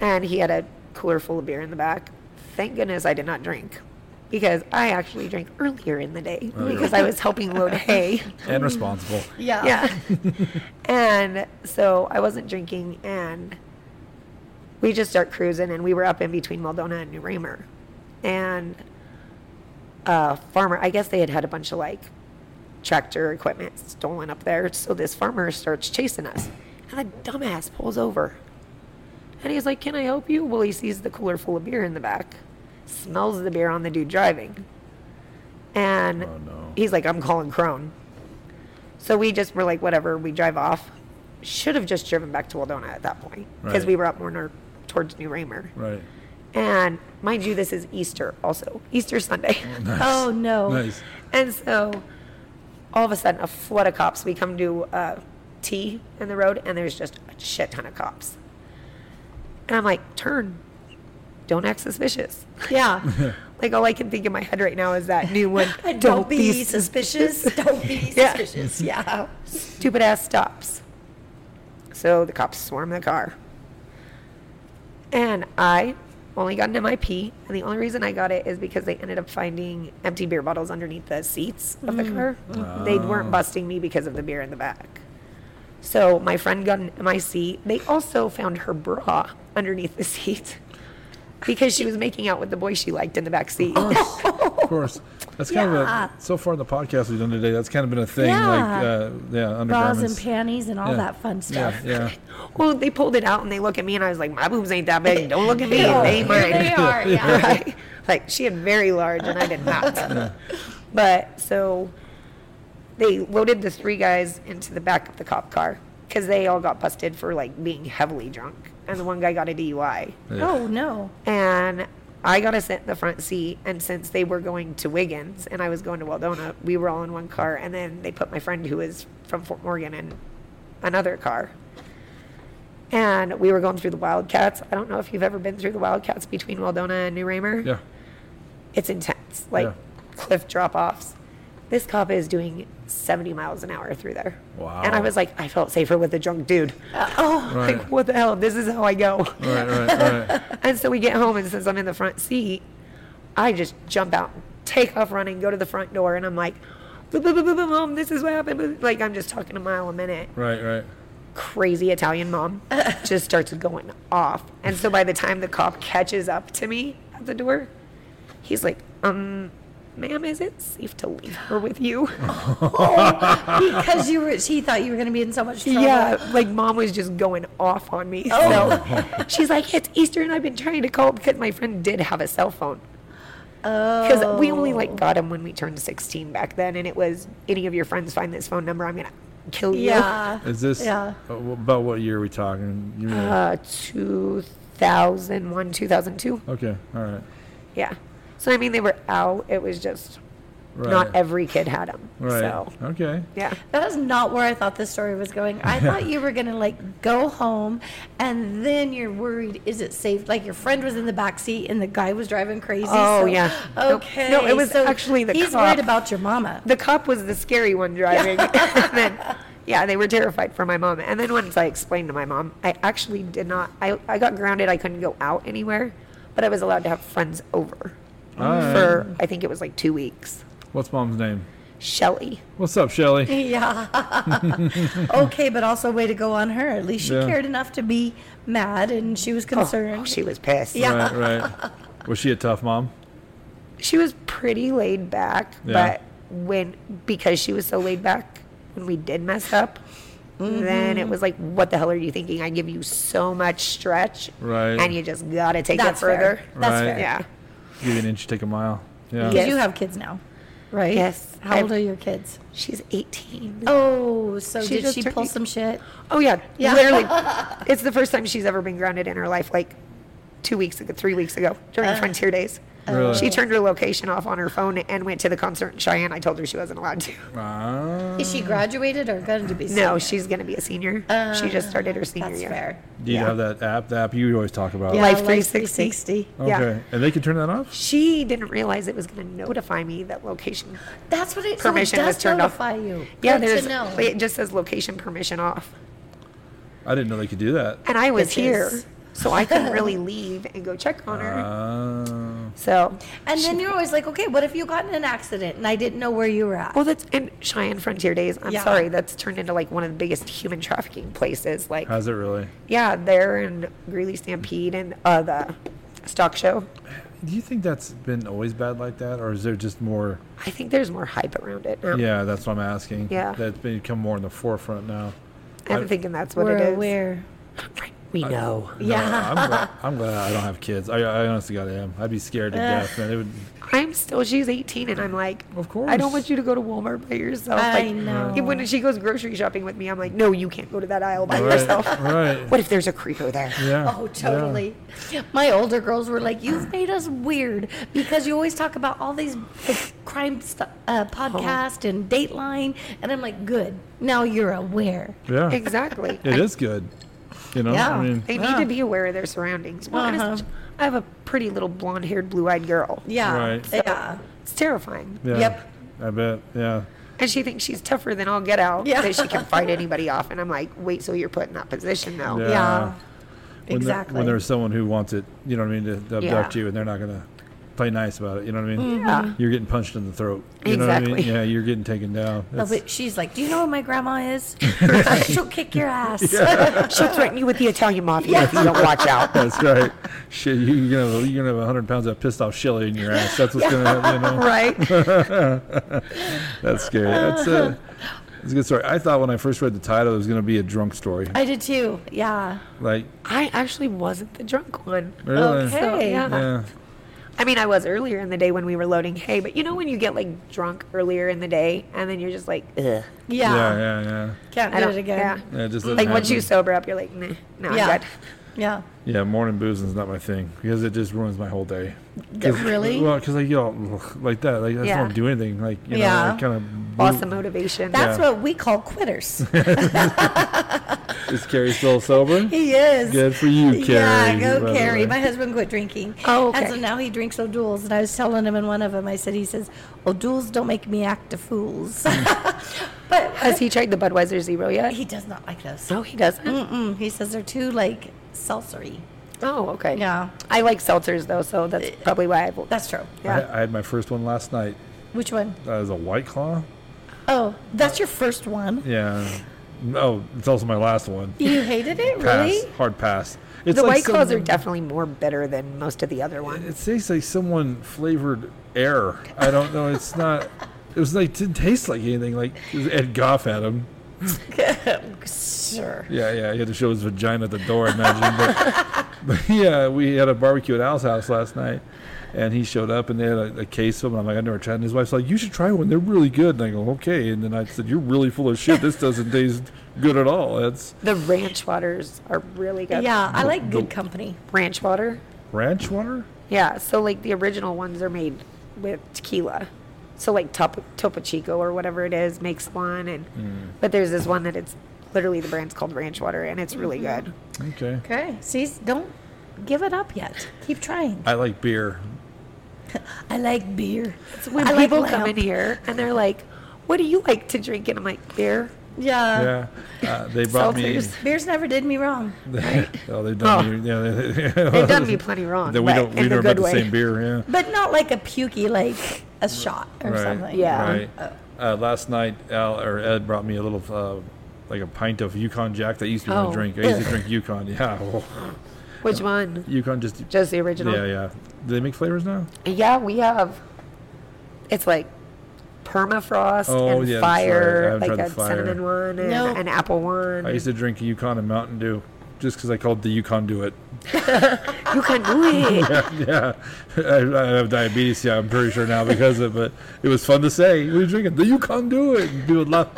Speaker 3: And he had a cooler full of beer in the back. Thank goodness I did not drink because I actually drank earlier in the day because I was helping load hay.
Speaker 1: And responsible.
Speaker 2: Yeah.
Speaker 3: Yeah. and so I wasn't drinking and we just start cruising and we were up in between Maldona and New Raymer. And a farmer, I guess they had had a bunch of like tractor equipment stolen up there. So this farmer starts chasing us and the dumbass pulls over. And he's like, Can I help you? Well, he sees the cooler full of beer in the back, smells the beer on the dude driving. And
Speaker 1: Oh, no.
Speaker 3: he's like, I'm calling Crone. So we just were like, whatever, we drive off. Should have just driven back to Waldona at that point because
Speaker 1: Right.
Speaker 3: we were up more nor- towards New Raymer.
Speaker 1: Right.
Speaker 3: And mind you, this is Easter also, Easter Sunday.
Speaker 1: Nice.
Speaker 2: Oh no.
Speaker 1: Nice.
Speaker 3: And so all of a sudden, a flood of cops. We come to uh, T in the road, and there's just a shit ton of cops. And I'm like, turn. Don't act suspicious.
Speaker 2: Yeah.
Speaker 3: Like, all I can think in my head right now is that new one.
Speaker 2: Don't, be, suspicious. Don't be
Speaker 3: Yeah.
Speaker 2: suspicious. Yeah.
Speaker 3: stupid ass stops. So the cops swarm the car. And I only got an MIP, and the only reason I got it is because they ended up finding empty beer bottles underneath the seats of
Speaker 2: Mm.
Speaker 3: the car. They
Speaker 2: Oh.
Speaker 3: weren't busting me because of the beer in the back. So my friend got an MIC. They also found her bra
Speaker 2: Oh.
Speaker 3: underneath the seat because she was making out with the boy she liked in the back seat.
Speaker 1: of course. That's kind
Speaker 2: Yeah.
Speaker 1: of a so far in the podcast we've done today. That's kind of been a thing, like
Speaker 2: Yeah.
Speaker 1: uh, yeah,
Speaker 2: Bras
Speaker 1: undergarments,
Speaker 2: and panties and all
Speaker 1: Yeah.
Speaker 2: that fun stuff.
Speaker 1: yeah, yeah.
Speaker 3: Well, they pulled it out and they look at me, and I was like, my boobs ain't that big. Don't look at me.
Speaker 2: Yeah.
Speaker 3: They ain't mine.
Speaker 2: They are, yeah.
Speaker 3: Right? Like she had very large, and I did not. but so they loaded the three guys into the back of the cop car because they all got busted for like being heavily drunk, and the one guy got a DUI.
Speaker 1: Yeah.
Speaker 2: Oh no.
Speaker 3: And I got to sit in the front seat. And since they were going to Wiggins and I was going to Waldona, we were all in one car. And then they put my friend who was from Fort Morgan in another car. And we were going through the Wildcats. I don't know if you've ever been through the Wildcats between Waldona and New Raymer.
Speaker 1: yeah.
Speaker 3: It's intense, like
Speaker 1: Yeah.
Speaker 3: cliff drop offs. This cop is doing 70 miles an hour through there.
Speaker 1: Wow.
Speaker 3: And I was like, I felt safer with a drunk dude.
Speaker 2: oh.
Speaker 1: Right.
Speaker 3: Like, what the hell? This is how I go.
Speaker 1: Right, right, right.
Speaker 3: And so we get home, and since I'm in the front seat, I just jump out, take off running, go to the front door, and I'm like, boom, boom, boom, boom, boom, boom, this is what happened. Like, I'm just talking a mile a minute.
Speaker 1: Right, right.
Speaker 3: Crazy Italian mom just starts going off. And so by the time the cop catches up to me at the door, he's like, um, ma'am, is it safe to leave her with you?
Speaker 2: because you were she thought you were gonna be in so much trouble.
Speaker 3: Yeah, like mom was just going off on me. So she's like, it's Easter, and I've been trying to call because my friend did have a cell phone. Because we only like got him when we turned 16 back then, and it was any of your friends find this phone number, I'm gonna kill you.
Speaker 2: Yeah.
Speaker 1: Is this
Speaker 2: Yeah.
Speaker 1: uh,
Speaker 2: Uh-huh.
Speaker 1: wh- about what year are we talking? You know-
Speaker 3: Uh, 2001, 2002.
Speaker 1: okay, all right,
Speaker 3: Yeah. So I mean, they were out. It was just
Speaker 1: right.
Speaker 3: not every kid had them.
Speaker 1: Right.
Speaker 3: So
Speaker 1: Okay.
Speaker 3: yeah.
Speaker 2: That is not where I thought this story was going. I thought you were gonna like go home, and then you're worried. Is it safe? Like your friend was in the back seat, and the guy was driving crazy.
Speaker 3: Oh,
Speaker 2: so-
Speaker 3: yeah. Nope.
Speaker 2: Okay.
Speaker 3: No, it was
Speaker 2: so
Speaker 3: actually the
Speaker 2: He's
Speaker 3: cop.
Speaker 2: worried about your mama.
Speaker 3: the cop was the scary one driving. and then, yeah, they were terrified for my mom. And then once I explained to my mom, I actually did not, I, I got grounded. I couldn't go out anywhere, but I was allowed to have friends over
Speaker 1: Alright.
Speaker 3: for, I think it was like two weeks.
Speaker 1: What's mom's name?
Speaker 3: Shelly.
Speaker 1: What's up, Shelly?
Speaker 2: Yeah. okay, but also way to go on her. At least she
Speaker 1: Yeah.
Speaker 2: cared enough to be mad, and she was
Speaker 3: Oh,
Speaker 2: concerned.
Speaker 3: oh, she was pissed.
Speaker 2: Yeah.
Speaker 1: Right, right. Was she a tough mom?
Speaker 3: She was pretty laid back,
Speaker 1: Yeah.
Speaker 3: but when, because she was so laid back, when we did mess up, Then
Speaker 2: Mm-hmm.
Speaker 3: it was like, what the hell are you thinking? I give you so much stretch,
Speaker 1: Right.
Speaker 3: And you just gotta take
Speaker 2: That's
Speaker 3: it further.
Speaker 2: fair. That's
Speaker 1: Right.
Speaker 2: fair.
Speaker 3: Yeah.
Speaker 1: Give you an inch, take a mile. Yeah.
Speaker 2: Because
Speaker 3: Yes.
Speaker 2: you have kids now, right?
Speaker 3: Yes.
Speaker 2: How old
Speaker 3: I've-
Speaker 2: are your kids?
Speaker 3: She's 18. Oh,
Speaker 2: Oh, so
Speaker 3: She
Speaker 2: did
Speaker 3: just
Speaker 2: she
Speaker 3: turned
Speaker 2: pull
Speaker 3: eight-
Speaker 2: some shit?
Speaker 3: Oh, yeah.
Speaker 2: Yeah.
Speaker 3: Literally, it's the first time she's ever been grounded in her life, like two weeks ago, three weeks ago during
Speaker 2: Uh.
Speaker 3: Frontier Days.
Speaker 1: Really?
Speaker 3: She turned her location off on her phone and went to the concert in Cheyenne. I told her she wasn't allowed to.
Speaker 1: Ah.
Speaker 2: Is she graduated or going to be?
Speaker 3: Mm. No,
Speaker 2: soon?
Speaker 3: she's going to be a senior. she just started her senior
Speaker 2: Um, That's
Speaker 3: year.
Speaker 2: fair.
Speaker 1: Do you
Speaker 3: Yeah.
Speaker 1: have that app? The app you always talk about.
Speaker 3: Yeah. Life
Speaker 2: Uh,
Speaker 3: 360.
Speaker 1: Okay.
Speaker 3: yeah.
Speaker 1: And they can turn that off.
Speaker 3: She didn't realize it was going to notify me that location.
Speaker 2: That's what it,
Speaker 3: Permission
Speaker 2: so it
Speaker 3: was
Speaker 2: does
Speaker 3: turned off.
Speaker 2: notify you.
Speaker 3: Yeah,
Speaker 2: Good
Speaker 3: there's.
Speaker 2: to know.
Speaker 3: It just says location permission off.
Speaker 1: I didn't know they could do that.
Speaker 3: And I was
Speaker 2: Bitches.
Speaker 3: here, so I couldn't really leave and go check on her.
Speaker 1: Ah.
Speaker 3: so
Speaker 2: and then you're always like, okay, what if you got in an accident and I didn't know where you were at?
Speaker 3: Well, that's in Cheyenne Frontier Days. I'm
Speaker 2: Yeah.
Speaker 3: sorry, that's turned into like one of the biggest human trafficking places. Like,
Speaker 1: How's it really?
Speaker 3: yeah, there and Greeley Stampede and uh, the stock show.
Speaker 1: Do you think that's been always bad like that, or is there just more?
Speaker 3: I think there's more hype around it now.
Speaker 1: Yeah, that's what I'm asking.
Speaker 3: Yeah.
Speaker 1: That's become more in the forefront now.
Speaker 3: I'm
Speaker 1: I-
Speaker 3: thinking that's what
Speaker 2: we're
Speaker 3: it is.
Speaker 2: aware.
Speaker 3: Right, We know.
Speaker 1: No,
Speaker 2: Yeah.
Speaker 1: I'm, glad, I'm glad I don't have kids. I, I honestly got am. I'd be scared to death, man. It would.
Speaker 3: I'm still. She's 18, and I'm like,
Speaker 1: Of
Speaker 3: I don't
Speaker 1: course.
Speaker 3: want you to go to Walmart by yourself.
Speaker 2: I
Speaker 3: like,
Speaker 2: know.
Speaker 3: even When she goes grocery shopping with me, I'm like, no, you can't go to that aisle by
Speaker 1: Right.
Speaker 3: yourself.
Speaker 1: Right.
Speaker 3: What if there's a creeper there?
Speaker 1: Yeah.
Speaker 2: Oh,
Speaker 1: yeah.
Speaker 2: totally. My older girls were like, "You've made us weird because you always talk about all these like, crime stu uh, podcast and Dateline," and I'm like, "Good, now you're aware."
Speaker 1: Yeah.
Speaker 3: Exactly.
Speaker 1: It
Speaker 3: I-
Speaker 1: is good. You know.
Speaker 2: Yeah.
Speaker 1: I mean.
Speaker 3: They
Speaker 2: Yeah.
Speaker 3: need to be aware of their surroundings. Well, I just-
Speaker 2: Uh-huh.
Speaker 3: I have a pretty little blonde haired, blue eyed girl.
Speaker 2: Yeah,
Speaker 1: Right.
Speaker 2: yeah,
Speaker 3: It's terrifying.
Speaker 1: Yeah.
Speaker 2: Yep.
Speaker 1: I bet. Yeah.
Speaker 3: And she thinks she's tougher than all get out,
Speaker 2: Yeah.
Speaker 3: that she can fight anybody off. And I'm like, wait, so you're put in that position now.
Speaker 1: Yeah.
Speaker 2: yeah.
Speaker 1: When there-
Speaker 2: exactly.
Speaker 1: when there's someone who wants it, you know what I mean, to, to abduct
Speaker 3: Yeah.
Speaker 1: you, and they're not gonna play nice about it. You know what I mean?
Speaker 3: Yeah.
Speaker 2: Mm-hmm.
Speaker 1: You're getting punched in the throat. You know what I
Speaker 3: Exactly.
Speaker 1: mean? Yeah, you're getting taken down.
Speaker 2: No,
Speaker 1: That's-
Speaker 2: but she's like, "Do you know who my grandma is? She'll kick your ass."
Speaker 3: She'll threaten you with the Italian mafia if you don't watch out.
Speaker 1: That's right. Shit, you- you're gonna have, you're gonna have 100 pounds of pissed off Shelly in your ass. That's what's gonna happen. You know?
Speaker 3: Right?
Speaker 1: That's scary. That's a that's a good story. I thought when I first read the title it was gonna be a drunk story.
Speaker 2: I did too. Yeah.
Speaker 1: Like
Speaker 3: I actually wasn't the drunk one.
Speaker 1: really?
Speaker 2: Okay.
Speaker 3: So, yeah.
Speaker 1: Yeah.
Speaker 3: I mean, I was earlier in the day when we were loading hay, but you know when you get like drunk earlier in the day and then you're just like, ugh.
Speaker 2: Yeah.
Speaker 1: Yeah. Yeah. Yeah.
Speaker 2: Can't
Speaker 3: I
Speaker 2: do
Speaker 3: don't,
Speaker 2: it again.
Speaker 3: Yeah.
Speaker 1: Yeah, it just doesn't
Speaker 3: Like once you
Speaker 1: happen.
Speaker 3: sober up, you're like, nah, no,
Speaker 2: Yeah.
Speaker 3: I'm good.
Speaker 2: Yeah.
Speaker 1: Yeah, morning boozing is not my thing because it just ruins my whole day.
Speaker 2: D- really?
Speaker 1: Well, because like y'all like that, like I just
Speaker 3: Yeah.
Speaker 1: don't do anything. Like you know,
Speaker 2: Yeah.
Speaker 1: like, kind of
Speaker 3: Loss of motivation.
Speaker 2: That's
Speaker 1: Yeah.
Speaker 2: what we call quitters.
Speaker 1: Is Carrie still sober?
Speaker 2: he is.
Speaker 1: Good for you, Carrie.
Speaker 2: Yeah,
Speaker 1: by
Speaker 2: go
Speaker 1: the
Speaker 2: Carrie.
Speaker 1: way.
Speaker 2: My husband quit drinking.
Speaker 3: Oh,
Speaker 2: And
Speaker 3: okay.
Speaker 2: so now he drinks O'Douls. And I was telling him in one of them, I said, he says, O'Douls don't make me act a fools.
Speaker 1: Hmm.
Speaker 2: but uh,
Speaker 3: Has he tried the Budweiser Zero yet?
Speaker 2: he does not like those.
Speaker 3: No, he doesn't.
Speaker 2: Mm-mm. He says they're too, like, seltzery.
Speaker 3: Oh, okay.
Speaker 2: Yeah.
Speaker 3: I like seltzers though, so that's probably why I.
Speaker 2: That's true.
Speaker 3: Yeah.
Speaker 1: I, I had my first one last night.
Speaker 2: Which one?
Speaker 1: That was a White Claw.
Speaker 2: Oh, that's your first one.
Speaker 1: Yeah. Oh, it's also my last one.
Speaker 2: You hated it?
Speaker 1: Pass.
Speaker 2: Really?
Speaker 1: Hard pass. It's
Speaker 3: The
Speaker 1: like
Speaker 3: White Claws
Speaker 1: some-
Speaker 3: are definitely more bitter than most of the other ones.
Speaker 1: It tastes like someone flavored air. I don't know. It's not. It was like didn't taste like anything. Like Ed Goff had him.
Speaker 2: Sure.
Speaker 1: Yeah, yeah. He had to show his vagina at the door, I imagine. But, but yeah, we had a barbecue at Al's house last night, and he showed up and they had a, a case of them. And I'm like, I never tried. And his wife's like, You should try one. They're really good. And I go, Okay. And then I said, You're really full of shit. This doesn't taste good at all. That's
Speaker 3: The ranch waters are really good.
Speaker 2: Yeah, I like
Speaker 1: the-
Speaker 2: good company.
Speaker 3: Ranch water.
Speaker 1: ranch water.
Speaker 3: Yeah. So like the original ones are made with tequila. So like Topo, Topo Chico or whatever it is makes one, and
Speaker 1: Mm.
Speaker 3: but there's this one that it's literally the brand's called Ranch Water, and it's really good.
Speaker 1: Okay.
Speaker 2: Okay. See, don't give it up yet. Keep trying.
Speaker 1: I like beer.
Speaker 2: I like beer. It's
Speaker 3: When people come in here and they're like, "What do you like to drink?" and I'm like, "Beer."
Speaker 2: Yeah.
Speaker 1: Yeah. Uh, they brought me.
Speaker 3: Seltzers.
Speaker 2: Beers never did me wrong.
Speaker 1: oh, they've done
Speaker 3: Oh.
Speaker 1: me. Yeah, they,
Speaker 3: They've done me plenty wrong.
Speaker 1: That we
Speaker 3: but
Speaker 1: don't. We
Speaker 3: in a
Speaker 1: don't
Speaker 3: good
Speaker 1: have the
Speaker 3: way.
Speaker 1: same beer. Yeah.
Speaker 2: But not like a pukey, like a shot or something.
Speaker 3: Yeah.
Speaker 1: Right. Uh, last night, Al or Ed brought me a little, uh, like a pint of Yukon Jack that I used to want
Speaker 3: Oh.
Speaker 1: to drink. I used to drink Yukon. Yeah. well,
Speaker 3: Which one?
Speaker 1: Yukon just.
Speaker 3: Just the original.
Speaker 1: Yeah, yeah. Do they make flavors now?
Speaker 3: Yeah, we have. It's like permafrost
Speaker 1: Oh,
Speaker 3: and
Speaker 1: yeah, that's right. I
Speaker 3: fire,
Speaker 1: haven't
Speaker 3: like
Speaker 1: tried the
Speaker 3: a
Speaker 1: fire.
Speaker 3: cinnamon one and
Speaker 2: No.
Speaker 3: an apple one.
Speaker 1: I used to drink Yukon and Mountain Dew, just because I called the Yukon do it.
Speaker 3: you can do it.
Speaker 1: yeah, I, I have diabetes. Yeah, I'm pretty sure now because of it. But it was fun to say. We were drinking the Yukon do it. And people would laugh.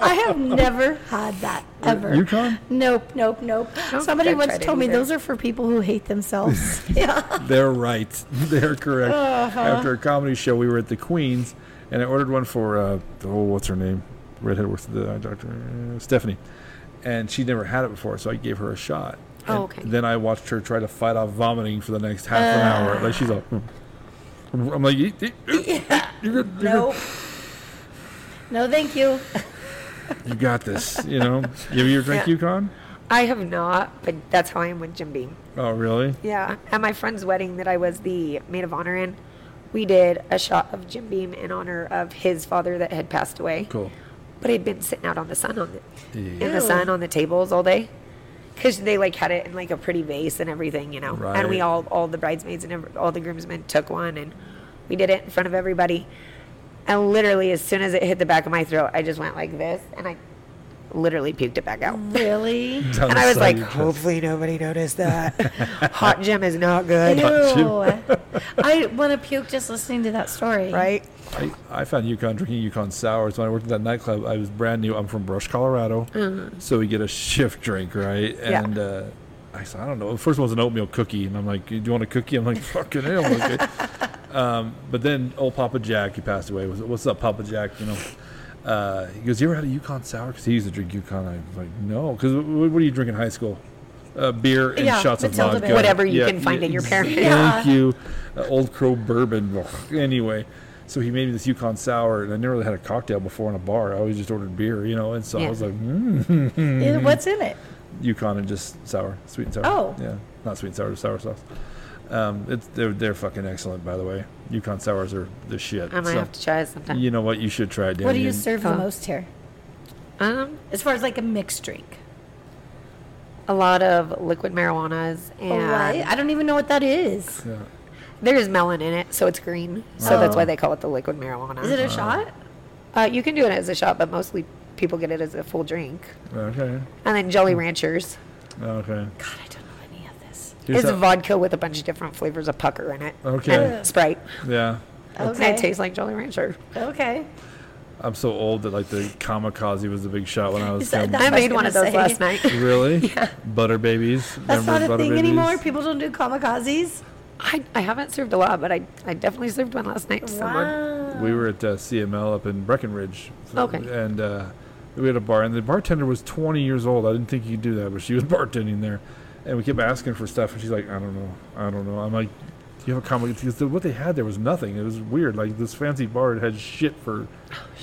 Speaker 2: I have never had that ever.
Speaker 1: Yukon?
Speaker 2: Nope, nope, nope.
Speaker 3: don't
Speaker 2: Somebody
Speaker 3: think I've
Speaker 2: once
Speaker 3: tried
Speaker 2: told me
Speaker 3: either.
Speaker 2: those are for people who hate themselves. yeah.
Speaker 1: They're right. They're correct.
Speaker 3: Uh-huh.
Speaker 1: After a comedy show, we were at the Queens, and I ordered one for uh, oh, what's her name? Redhead works at the eye doctor, uh, Stephanie, and she never had it before, so I gave her a shot.
Speaker 3: Oh,
Speaker 1: And
Speaker 3: okay.
Speaker 1: Then I watched her try to fight off vomiting for the next half an hour. Like she's like, "Mm." I'm like, "Eat, eat, eat, eat. you're good, you're
Speaker 2: No. No, thank you.
Speaker 1: good. you got this. You know, you ever drink
Speaker 3: Yeah.
Speaker 1: Yukon?
Speaker 3: I have not, but that's how I am with Jim Beam.
Speaker 1: Oh, really?
Speaker 3: Yeah. At my friend's wedding that I was the maid of honor in, we did a shot of Jim Beam in honor of his father that had passed away.
Speaker 1: Cool.
Speaker 3: But it'd been sitting out on the sun on the, in
Speaker 2: Ew.
Speaker 3: the sun on the tables all day. Because they like had it in like a pretty vase and everything, you know. And we
Speaker 1: Right.
Speaker 3: all, all the bridesmaids and ev- all the groomsmen took one, and we did it in front of everybody. And literally, as soon as it hit the back of my throat, I just went like this, and I literally puked it back out.
Speaker 2: Really?
Speaker 1: Down
Speaker 3: And
Speaker 1: the
Speaker 3: I was
Speaker 1: side
Speaker 3: like,
Speaker 1: of your chest.
Speaker 3: hopefully nobody noticed that. Hot Jim is not good,
Speaker 2: Ew. I want to puke just listening to that story.
Speaker 3: right?
Speaker 1: I, I found Yukon drinking Yukon sours when I worked at that nightclub. I was brand new. I'm from Brush, Colorado, so we get a shift drink, right?
Speaker 3: Uh-huh. Yeah.
Speaker 1: And uh, I said, I don't know. The first one was an oatmeal cookie, and I'm like, Do you want a cookie? I'm like, Fucking hell, okay. um, but then old Papa Jack, he passed away. Was what's up, Papa Jack? You know. Uh, he goes, you ever had a Yukon sour? Because he used to drink Yukon. I was like, no. Because what do you drink in high school? Uh, beer and
Speaker 2: Yeah,
Speaker 1: shots of
Speaker 2: Matilda
Speaker 1: vodka.
Speaker 2: Beer.
Speaker 3: Whatever you can find at your parents.
Speaker 1: Thank you, uh, Old Crow Bourbon. anyway, so he made me this Yukon Sour, and I never really had a cocktail before in a bar. I always just ordered beer, you know. And so I
Speaker 3: Yeah.
Speaker 1: was like, mm,
Speaker 2: Ew, What's in it?
Speaker 1: Yukon and just sour, sweet and sour.
Speaker 2: Oh.
Speaker 1: yeah, not sweet and sour, just sour sauce. Um, it's they're they're fucking excellent, by the way. Yukon sours are the shit.
Speaker 3: I might
Speaker 1: So,
Speaker 3: have to try it sometime.
Speaker 1: You know what? You should try it.
Speaker 2: What do
Speaker 1: Danny,
Speaker 2: you
Speaker 1: and-
Speaker 2: serve
Speaker 3: Huh.
Speaker 2: the most here,
Speaker 3: Um,
Speaker 2: as far as like a mixed drink?
Speaker 3: a lot of liquid marijuanas
Speaker 2: Oh,
Speaker 3: and
Speaker 2: what? I don't even know what that is.
Speaker 1: Yeah.
Speaker 3: there is melon in it, so it's green. So that's why they call it the liquid marijuana.
Speaker 2: Is it a shot?
Speaker 3: uh, you can do it as a shot, but mostly people get it as a full drink.
Speaker 1: Okay.
Speaker 3: And then Jolly Ranchers.
Speaker 1: Okay.
Speaker 2: God, I don't know any of this.
Speaker 1: Here's
Speaker 3: it's
Speaker 1: how-
Speaker 3: vodka with a bunch of different flavors of pucker in it.
Speaker 1: Okay.
Speaker 3: And Sprite.
Speaker 1: yeah.
Speaker 3: And it
Speaker 2: Oh. Okay.
Speaker 3: tastes like Jolly Rancher.
Speaker 2: Okay.
Speaker 1: I'm so old that like the kamikaze was the big shot when I was.
Speaker 2: Is that-
Speaker 1: young.
Speaker 2: that's
Speaker 3: I
Speaker 2: what was
Speaker 3: made one
Speaker 2: gonna
Speaker 3: of those
Speaker 2: say.
Speaker 3: last night.
Speaker 1: Really? Butter babies.
Speaker 2: That's
Speaker 1: Remember
Speaker 2: not a
Speaker 1: butter
Speaker 2: thing
Speaker 1: babies?
Speaker 2: anymore. People don't do kamikazes.
Speaker 3: I, I haven't served a lot, but I, I definitely served one last night to someone.
Speaker 2: Wow.
Speaker 1: We were at uh, CML up in Breckenridge. So-
Speaker 3: Okay.
Speaker 1: And uh, we had a bar, and the bartender was 20 years old. I didn't think you could do that, but she was bartending there. And we kept asking for stuff, and she's like, I don't know. I don't know. I'm like, do you have a comic? Because the- what they had there was nothing. It was weird. Like, this fancy bar had shit for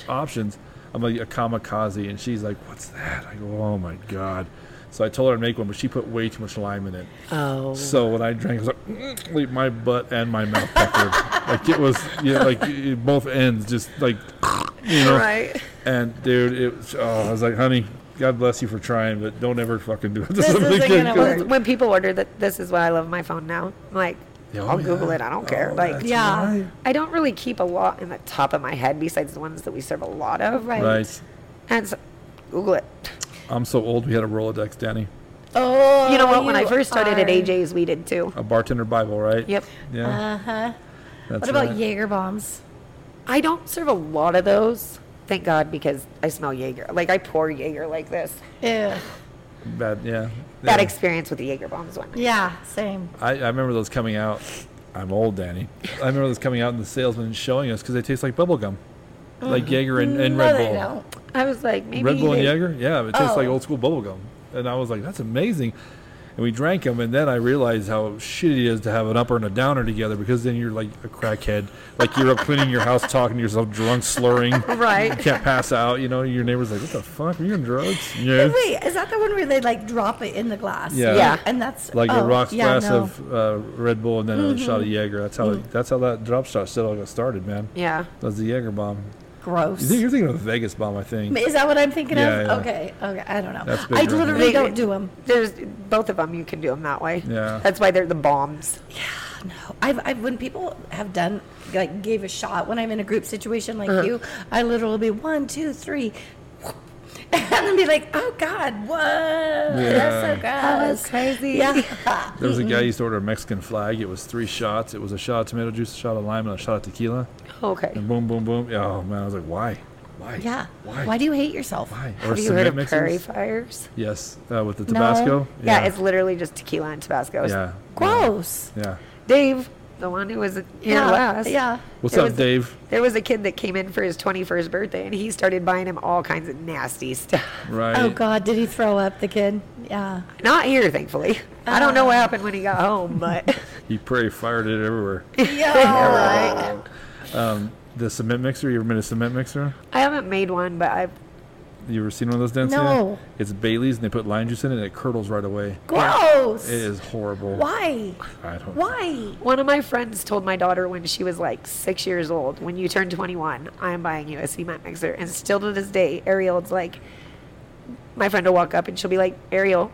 Speaker 1: options. I'm like, a kamikaze. And she's like, what's that? I go, oh my God. So I told her to make one, but she put way too much lime in it.
Speaker 3: Oh.
Speaker 1: So when I drank, it was like, like my butt and my mouth puckered. like it was, you know, like it, both ends just like, you know.
Speaker 3: Right.
Speaker 1: And dude, it was, oh, I was like, honey, God bless you for trying, but don't ever fucking do it.
Speaker 2: This
Speaker 1: somebody
Speaker 2: isn't
Speaker 1: kid,
Speaker 2: gonna
Speaker 1: 'cause-
Speaker 2: work.
Speaker 3: When people order that, this is why I love my phone now. I'm like,
Speaker 1: Yeah,
Speaker 3: I'll
Speaker 1: oh,
Speaker 3: Google
Speaker 1: yeah.
Speaker 3: it. I don't
Speaker 1: Oh,
Speaker 3: care. Like,
Speaker 1: that's
Speaker 2: Yeah.
Speaker 1: right.
Speaker 3: I don't really keep a lot in the top of my head besides the ones that we serve a lot of.
Speaker 2: Right.
Speaker 1: Right.
Speaker 3: And so, Google it.
Speaker 1: I'm so old. We had a Rolodex, Danny,
Speaker 2: Oh,
Speaker 3: You know what? When I first started at
Speaker 2: are-
Speaker 3: AJ's, we did too.
Speaker 1: a bartender Bible, right?
Speaker 3: Yep. Uh,
Speaker 1: Yeah.
Speaker 2: Uh-huh.
Speaker 1: that's
Speaker 2: What about
Speaker 1: right.
Speaker 2: Jaeger bombs?
Speaker 3: I don't serve a lot of those. Thank God, because I smell Jaeger. Like, I pour Jaeger like this.
Speaker 2: Ew.
Speaker 1: Bad, yeah.
Speaker 3: That
Speaker 1: Yeah.
Speaker 3: experience with the Jaeger bombs one.
Speaker 2: Yeah, same.
Speaker 1: I, I remember those coming out. I'm old, Danny. I remember those coming out and the salesman showing us because they taste like bubble gum, like Jaeger and, and
Speaker 2: Mm-hmm. no,
Speaker 1: Red
Speaker 2: they
Speaker 1: Bull.
Speaker 2: don't.
Speaker 3: I was like, maybe.
Speaker 1: Red Bull and
Speaker 3: they-
Speaker 1: Jaeger? Yeah, it tastes like
Speaker 2: Oh.
Speaker 1: old school bubble gum. And I was like, that's amazing. And we drank them, and then I realized how shitty it is to have an upper and a downer together because then you're like a crackhead. Like you're up cleaning your house, talking to yourself, drunk, slurring.
Speaker 3: Right.
Speaker 1: You can't pass out. You know, your neighbor's like, what the fuck? Are you on drugs? Yeah.
Speaker 2: Wait, is that the one where they like drop it in the glass?
Speaker 1: Yeah.
Speaker 3: Yeah.
Speaker 2: And that's
Speaker 1: Like
Speaker 2: oh,
Speaker 1: a rocks
Speaker 2: yeah,
Speaker 1: glass
Speaker 2: no.
Speaker 1: of uh, Red Bull and then a shot of Jaeger. That's how that's how that drop shot shit all got started, man.
Speaker 3: Yeah.
Speaker 1: That's the Jaeger bomb.
Speaker 2: gross.
Speaker 1: You think- You're thinking of a Vegas bomb, I think.
Speaker 2: Is that what I'm thinking
Speaker 1: Yeah,
Speaker 2: of?
Speaker 1: yeah.
Speaker 2: Okay, okay, I don't know.
Speaker 1: That's big
Speaker 2: I
Speaker 1: right
Speaker 2: literally
Speaker 3: They-
Speaker 2: don't do them.
Speaker 3: There's both of them. You can do them that way.
Speaker 1: Yeah.
Speaker 3: That's why they're the bombs.
Speaker 2: No, I've, I've when people have done like gave a shot when I'm in a group situation like you, I literally be one, two, three, whoop, and then be like, oh God, what? That's so gross.
Speaker 3: That was crazy.
Speaker 2: Yeah.
Speaker 1: There was a guy who used to order a Mexican flag. It was three shots. It was a shot of tomato juice, a shot of lime, and a shot of tequila.
Speaker 3: Okay.
Speaker 1: And boom, boom, boom. Yeah, Oh man, I was like, why? Why?
Speaker 2: yeah.
Speaker 1: Why?
Speaker 2: Why? do you hate yourself?
Speaker 1: Why? Or
Speaker 3: Have you heard
Speaker 1: cement
Speaker 3: of
Speaker 1: mixes?
Speaker 3: prairie fires?
Speaker 1: Yes, uh, with the Tabasco.
Speaker 3: Yeah. it's literally just tequila and Tabasco.
Speaker 1: yeah.
Speaker 2: Gross.
Speaker 1: Yeah.
Speaker 3: Dave, the one who was here
Speaker 2: Yeah.
Speaker 3: last.
Speaker 2: yeah.
Speaker 1: What's
Speaker 3: There
Speaker 1: up,
Speaker 3: was-
Speaker 1: Dave?
Speaker 3: There was a kid that came in for his 21st birthday, and he started buying him all kinds of nasty stuff.
Speaker 1: Right.
Speaker 2: Oh God, did he throw up the kid? Yeah.
Speaker 3: Not here, thankfully. I don't know what happened when he got home, but
Speaker 1: He prairie fired it everywhere.
Speaker 2: Yeah.
Speaker 1: um, the cement mixer. You ever made a cement mixer?
Speaker 3: I haven't made one. But I've
Speaker 1: You ever seen one of those dents?
Speaker 2: No.
Speaker 1: It's Bailey's, and they put lime juice in it, and it curdles right away.
Speaker 2: Gross.
Speaker 1: It is horrible.
Speaker 2: Why?
Speaker 1: I don't.
Speaker 2: Why?
Speaker 3: one of my friends told my daughter when she was like six years old, when you turn 21, I am buying you a cement mixer. And still to this day, Ariel's like, my friend will walk up and she'll be like, Ariel,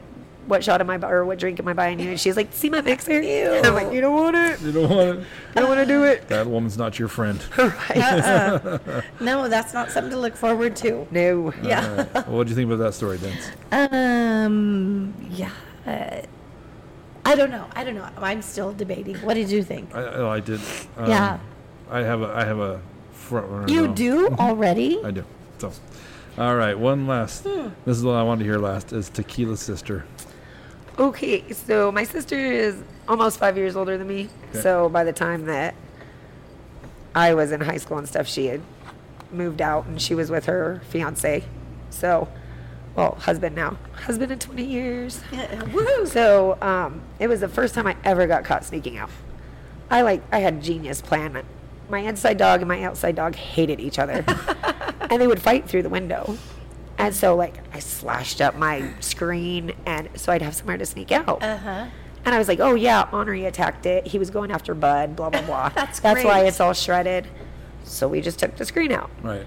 Speaker 3: what shot am I bu- or what drink am I buying you? And she's like, cement mixer. And I'm like, you don't want it.
Speaker 1: You don't want it.
Speaker 3: I don't want to do it.
Speaker 1: That woman's not your friend.
Speaker 3: right.
Speaker 2: No, that's not something to look forward to.
Speaker 3: No.
Speaker 2: Yeah.
Speaker 1: what do you think about that story, Dents?
Speaker 2: Um. Yeah. uh, I don't know. I don't know. I'm still debating. What did you think?
Speaker 1: I, oh, I did. Um,
Speaker 2: Yeah.
Speaker 1: I have a I have a front runner.
Speaker 2: You
Speaker 1: now.
Speaker 2: do already?
Speaker 1: I do. So, all right. One last.
Speaker 2: Hmm.
Speaker 1: This is what I wanted to hear last. Is Tequila Sister.
Speaker 3: Okay, so my sister is almost five years older than me.
Speaker 1: Okay.
Speaker 3: So by the time that I was in high school and stuff, she had moved out and she was with her fiance. So, well, husband now. Husband in 20 years.
Speaker 2: Woo!
Speaker 3: So um, it was the first time I ever got caught sneaking out. I like I had genius plan. My inside dog and my outside dog hated each other, and they would fight through the window. And so like I slashed up my screen, and so I'd have somewhere to sneak out.
Speaker 2: Uh huh.
Speaker 3: And I was like, oh, yeah, Honoree attacked it. He was going after Bud, blah, blah, blah.
Speaker 2: That's
Speaker 3: why
Speaker 2: great.
Speaker 3: it's all shredded. So we just took the screen out.
Speaker 1: Right.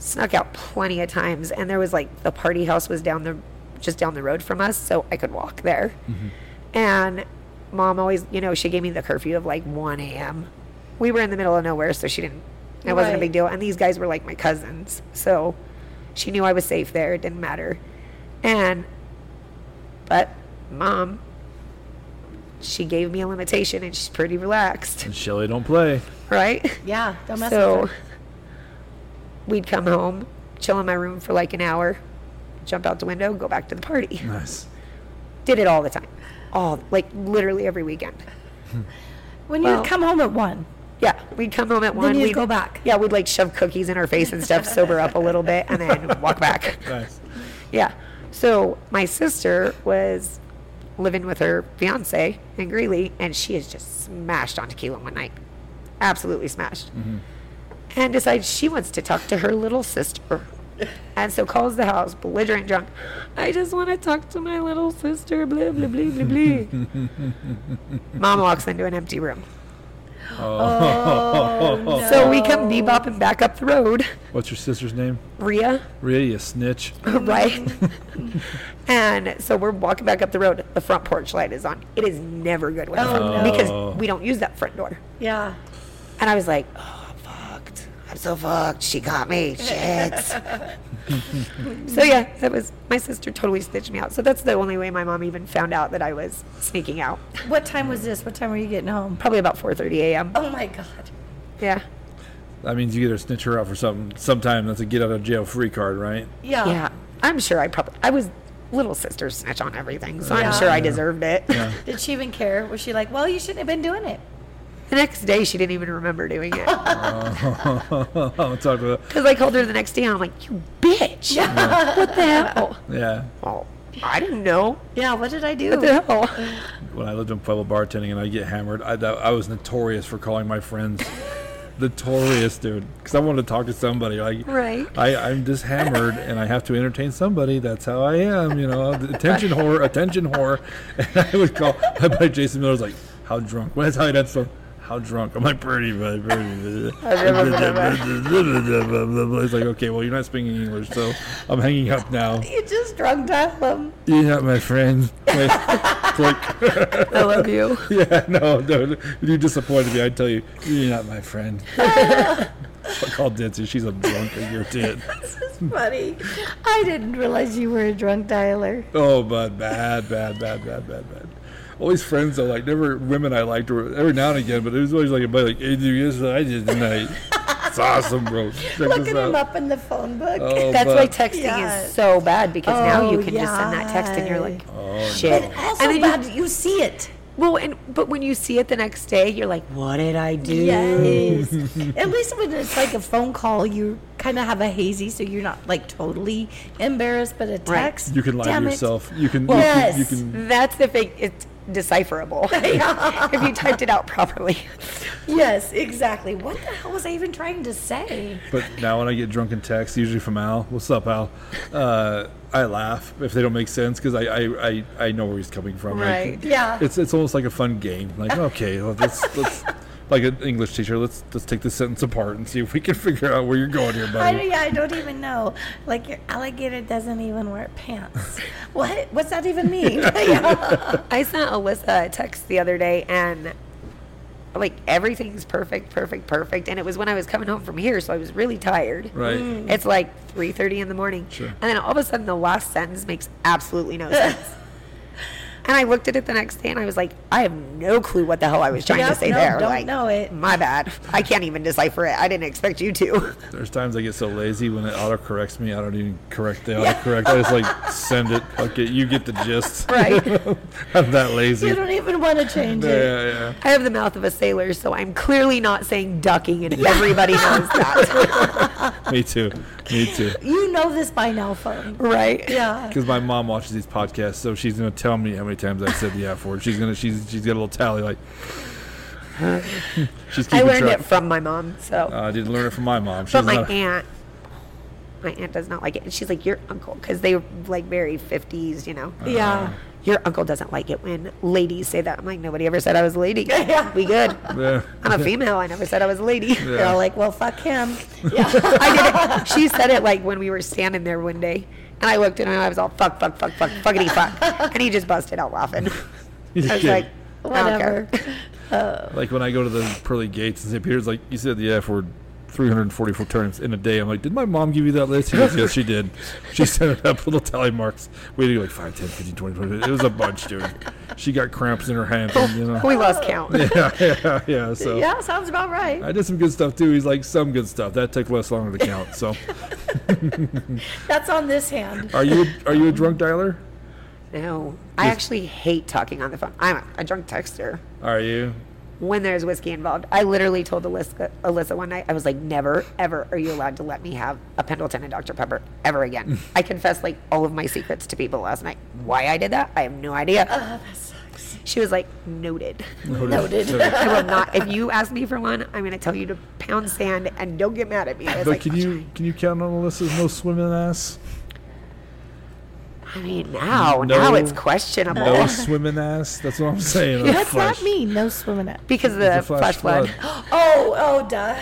Speaker 3: Snuck out plenty of times. And there was like the party house was down the, just down the road from us. So I could walk there. And mom always, you know, she gave me the curfew of like 1 a.m. We were in the middle of nowhere. So she didn't, it wasn't a
Speaker 2: Right.
Speaker 3: big deal. And these guys were like my cousins. So she knew I was safe there. It didn't matter. And, but mom, she gave me a limitation and she's pretty relaxed,
Speaker 1: And Shelly don't play.
Speaker 3: right?
Speaker 2: Yeah, don't mess with
Speaker 3: So
Speaker 2: her.
Speaker 3: we'd come home, chill in my room for like an hour, jump out the window, go back to the party.
Speaker 1: Nice.
Speaker 3: Did it all the time. All like literally every weekend.
Speaker 2: When
Speaker 3: well-
Speaker 2: you come home at one,
Speaker 3: Yeah, we'd come home at one.
Speaker 2: you'd
Speaker 3: we'd
Speaker 2: go back.
Speaker 3: Yeah, we'd like shove cookies in our face and stuff, sober up a little bit, and then walk back.
Speaker 1: Nice.
Speaker 3: Yeah. So my sister was living with her fiance in Greeley, and she is just smashed on tequila one night, absolutely smashed, and decides she wants to talk to her little sister, and so calls the house belligerent drunk. I just want to talk to my little sister. Blah blah blah blah blah. Mom walks into an empty room, so we come bebopping back up the road.
Speaker 1: What's your sister's name?
Speaker 3: Rhea
Speaker 1: Rhea, you snitch.
Speaker 3: right? and so we're walking back up the road. The front porch light is on. It is never good when the
Speaker 2: Oh,
Speaker 3: front-
Speaker 2: no.
Speaker 3: because we don't use that front door.
Speaker 2: yeah,
Speaker 3: And I was like, oh, I'm fucked. I'm so fucked. She got me. Shit. so yeah, that was my sister totally stitched me out. So that's the only way my mom even found out that I was sneaking out.
Speaker 2: What time was this? What time were you getting home?
Speaker 3: Probably about 4:30 a.m.
Speaker 2: Oh my God.
Speaker 3: Yeah.
Speaker 1: That means you either snitch her out for something sometime. That's a get out of jail free card, right?
Speaker 2: Yeah.
Speaker 3: Yeah. I'm sure I probably I was little sister snitch on everything, so
Speaker 2: Yeah.
Speaker 3: I'm sure I deserved it.
Speaker 1: Yeah.
Speaker 2: Did she even care? Was she like, well, you shouldn't have been doing it?
Speaker 3: the next day, she didn't even remember doing it.
Speaker 1: I'll talk about.
Speaker 3: Because I called her the next day and I'm like, you bitch. what the hell?
Speaker 1: Yeah.
Speaker 3: Well, I didn't know.
Speaker 2: Yeah, what did I
Speaker 3: What
Speaker 2: do?
Speaker 3: the hell?
Speaker 1: when I lived in Pueblo bartending and I get hammered, I, that- I was notorious for calling my friends. notorious, dude. Because I wanted to talk to somebody. Like,
Speaker 3: Right.
Speaker 1: I, I'm just hammered and I have to entertain somebody. That's how I am, you know. Attention whore, attention whore. And I would call, my buddy Jason Miller's like, how drunk? Well, that's how he does stuff. How drunk? I'm like, pretty, buddy, pretty. He's like, okay, well, you're not speaking English, so I'm hanging up now.
Speaker 2: You just drunk dial him.
Speaker 1: You're not my friend. It's like,
Speaker 3: I love you.
Speaker 1: yeah, no, no, you disappointed me. I tell you, you're not my friend. Fuck all Ditzy. She's a drunk and you're dead.
Speaker 2: This is funny. I didn't realize you were a drunk dialer.
Speaker 1: Oh, but bad, bad, bad, bad, bad, bad. Always friends though, like never women I liked or every now and again, but it was always like a buddy like, hey, dude, guess what I did tonight? it's awesome, bro. Check
Speaker 2: Looking
Speaker 1: this
Speaker 2: him
Speaker 1: out.
Speaker 2: up in the phone book.
Speaker 1: Oh,
Speaker 3: That's
Speaker 1: but-
Speaker 3: why texting
Speaker 2: Yeah.
Speaker 3: is so bad because now you
Speaker 2: Oh,
Speaker 3: can just send that text and you're like,
Speaker 1: Oh,
Speaker 3: shit.
Speaker 1: no.
Speaker 2: Also
Speaker 3: And then you-
Speaker 2: bad that you see it.
Speaker 3: Well, and but when you see it the next day, you're like, what did I do?
Speaker 2: Yes. At least when it's like a phone call, you kind of have a hazy, so you're not like totally embarrassed. But a
Speaker 3: Right.
Speaker 2: text,
Speaker 1: You can lie
Speaker 2: damn
Speaker 1: to
Speaker 2: it.
Speaker 1: yourself. You can, you
Speaker 2: Well,
Speaker 1: can, you
Speaker 2: yes.
Speaker 1: can
Speaker 3: That's the thing. It's decipherable if you typed it out properly.
Speaker 2: Yes, exactly. What the hell was I even trying to say?
Speaker 1: But now when I get drunk and text, usually from Al, what's up, Al? Uh, I laugh if they don't make sense because I, I, I, I know where he's coming from. Like,
Speaker 3: Right.
Speaker 2: Yeah.
Speaker 1: It's it's almost like a fun game. Like okay, well, let's let's like an English teacher. Let's let's take this sentence apart and see if we can figure out where you're going here,
Speaker 2: I
Speaker 1: buddy.
Speaker 2: don't, yeah, I don't even know. Like your alligator doesn't even wear pants. what? What's that even mean?
Speaker 3: I sent Alyssa a text the other day and like everything's perfect, perfect, perfect. And it was when I was coming home from here, so I was really tired.
Speaker 1: Right.
Speaker 2: Mm.
Speaker 3: It's like three thirty in the morning.
Speaker 1: Sure.
Speaker 3: And then all of a sudden the last sentence makes absolutely no sense. and I looked at it the next day and I was like, I have no clue what the hell I was trying to
Speaker 2: Yep,
Speaker 3: say
Speaker 2: no,
Speaker 3: there.
Speaker 2: don't
Speaker 3: like,
Speaker 2: know it.
Speaker 3: My bad. I can't even decipher it. I didn't expect you to.
Speaker 1: There's times I get so lazy when it autocorrects me. I don't even correct the autocorrect. I just like send it. Okay, you get the gist.
Speaker 3: right.
Speaker 1: I'm that lazy.
Speaker 2: you
Speaker 1: Yeah,
Speaker 2: don't even want to change it.
Speaker 1: yeah, yeah.
Speaker 3: I have the mouth of a sailor, so I'm clearly not saying ducking and everybody knows that.
Speaker 1: Me too. Me too.
Speaker 2: You know this by now, phone.
Speaker 3: right.
Speaker 2: Yeah.
Speaker 1: Because my mom watches these podcasts, so she's gonna tell me how many times I said the F word. She's gonna she's she's got a little tally like. she's
Speaker 3: I
Speaker 1: keeping
Speaker 3: learned
Speaker 1: track.
Speaker 3: it from my mom, so.
Speaker 1: Uh, I didn't learn it from my mom. She's
Speaker 3: But my
Speaker 1: not a-
Speaker 3: aunt, my aunt does not like it, and she's like, "Your uncle," because they were like very fifties, you know.
Speaker 2: Yeah.
Speaker 3: Your uncle doesn't like it when ladies say that. I'm like, nobody ever said I was a lady. We good.
Speaker 1: Yeah.
Speaker 3: I'm a female. I never said I was a lady. They're
Speaker 1: Yeah.
Speaker 3: all like, well, fuck him.
Speaker 2: Yeah.
Speaker 3: I did it. She said it like when we were standing there one day. And I looked at him and I was all fuck, fuck, fuck, fuck, fuckity fuck. And he just busted out laughing. I was like,
Speaker 2: Whatever.
Speaker 3: I don't care.
Speaker 1: Like when I go to the pearly gates in St. Peter's, like you said the F word 344 times in a day. I'm like, did my mom give you that list? He goes, yes, she did. She set it up little tally marks. We had to go like 5, 10, 15, 20, 20. It was a bunch, dude. She got cramps in her hands. and, you know.
Speaker 3: We lost count.
Speaker 1: yeah, yeah, yeah. So
Speaker 2: Yeah, sounds about right.
Speaker 1: I did some good stuff too. He's like, some good stuff. That took less longer to count. So
Speaker 2: That's on this hand.
Speaker 1: are you are you a drunk dialer?
Speaker 3: No. I actually hate talking on the phone. I'm a, a drunk texter.
Speaker 1: Are you?
Speaker 3: When there's whiskey involved, I literally told Alyssa, Alyssa one night, I was like, never, ever are you allowed to let me have a Pendleton and Dr. Pepper ever again. I confessed like all of my secrets to people last night. Why I did that, I have no idea.
Speaker 2: Oh,
Speaker 3: She was like, noted.
Speaker 1: Noted.
Speaker 3: I will not. If you ask me for one, I'm going to tell you to pound sand and don't get mad at me. I was
Speaker 1: But
Speaker 3: like,
Speaker 1: can you can you count on Alyssa's no swimming ass?
Speaker 3: I mean, now,
Speaker 1: No.
Speaker 3: now it's questionable.
Speaker 1: No swimming ass. That's what I'm saying. I'm
Speaker 2: What's
Speaker 1: flush.
Speaker 2: that mean? No swimming up.
Speaker 3: Because of the
Speaker 1: a
Speaker 3: flash, flood.
Speaker 2: Oh, oh, duh.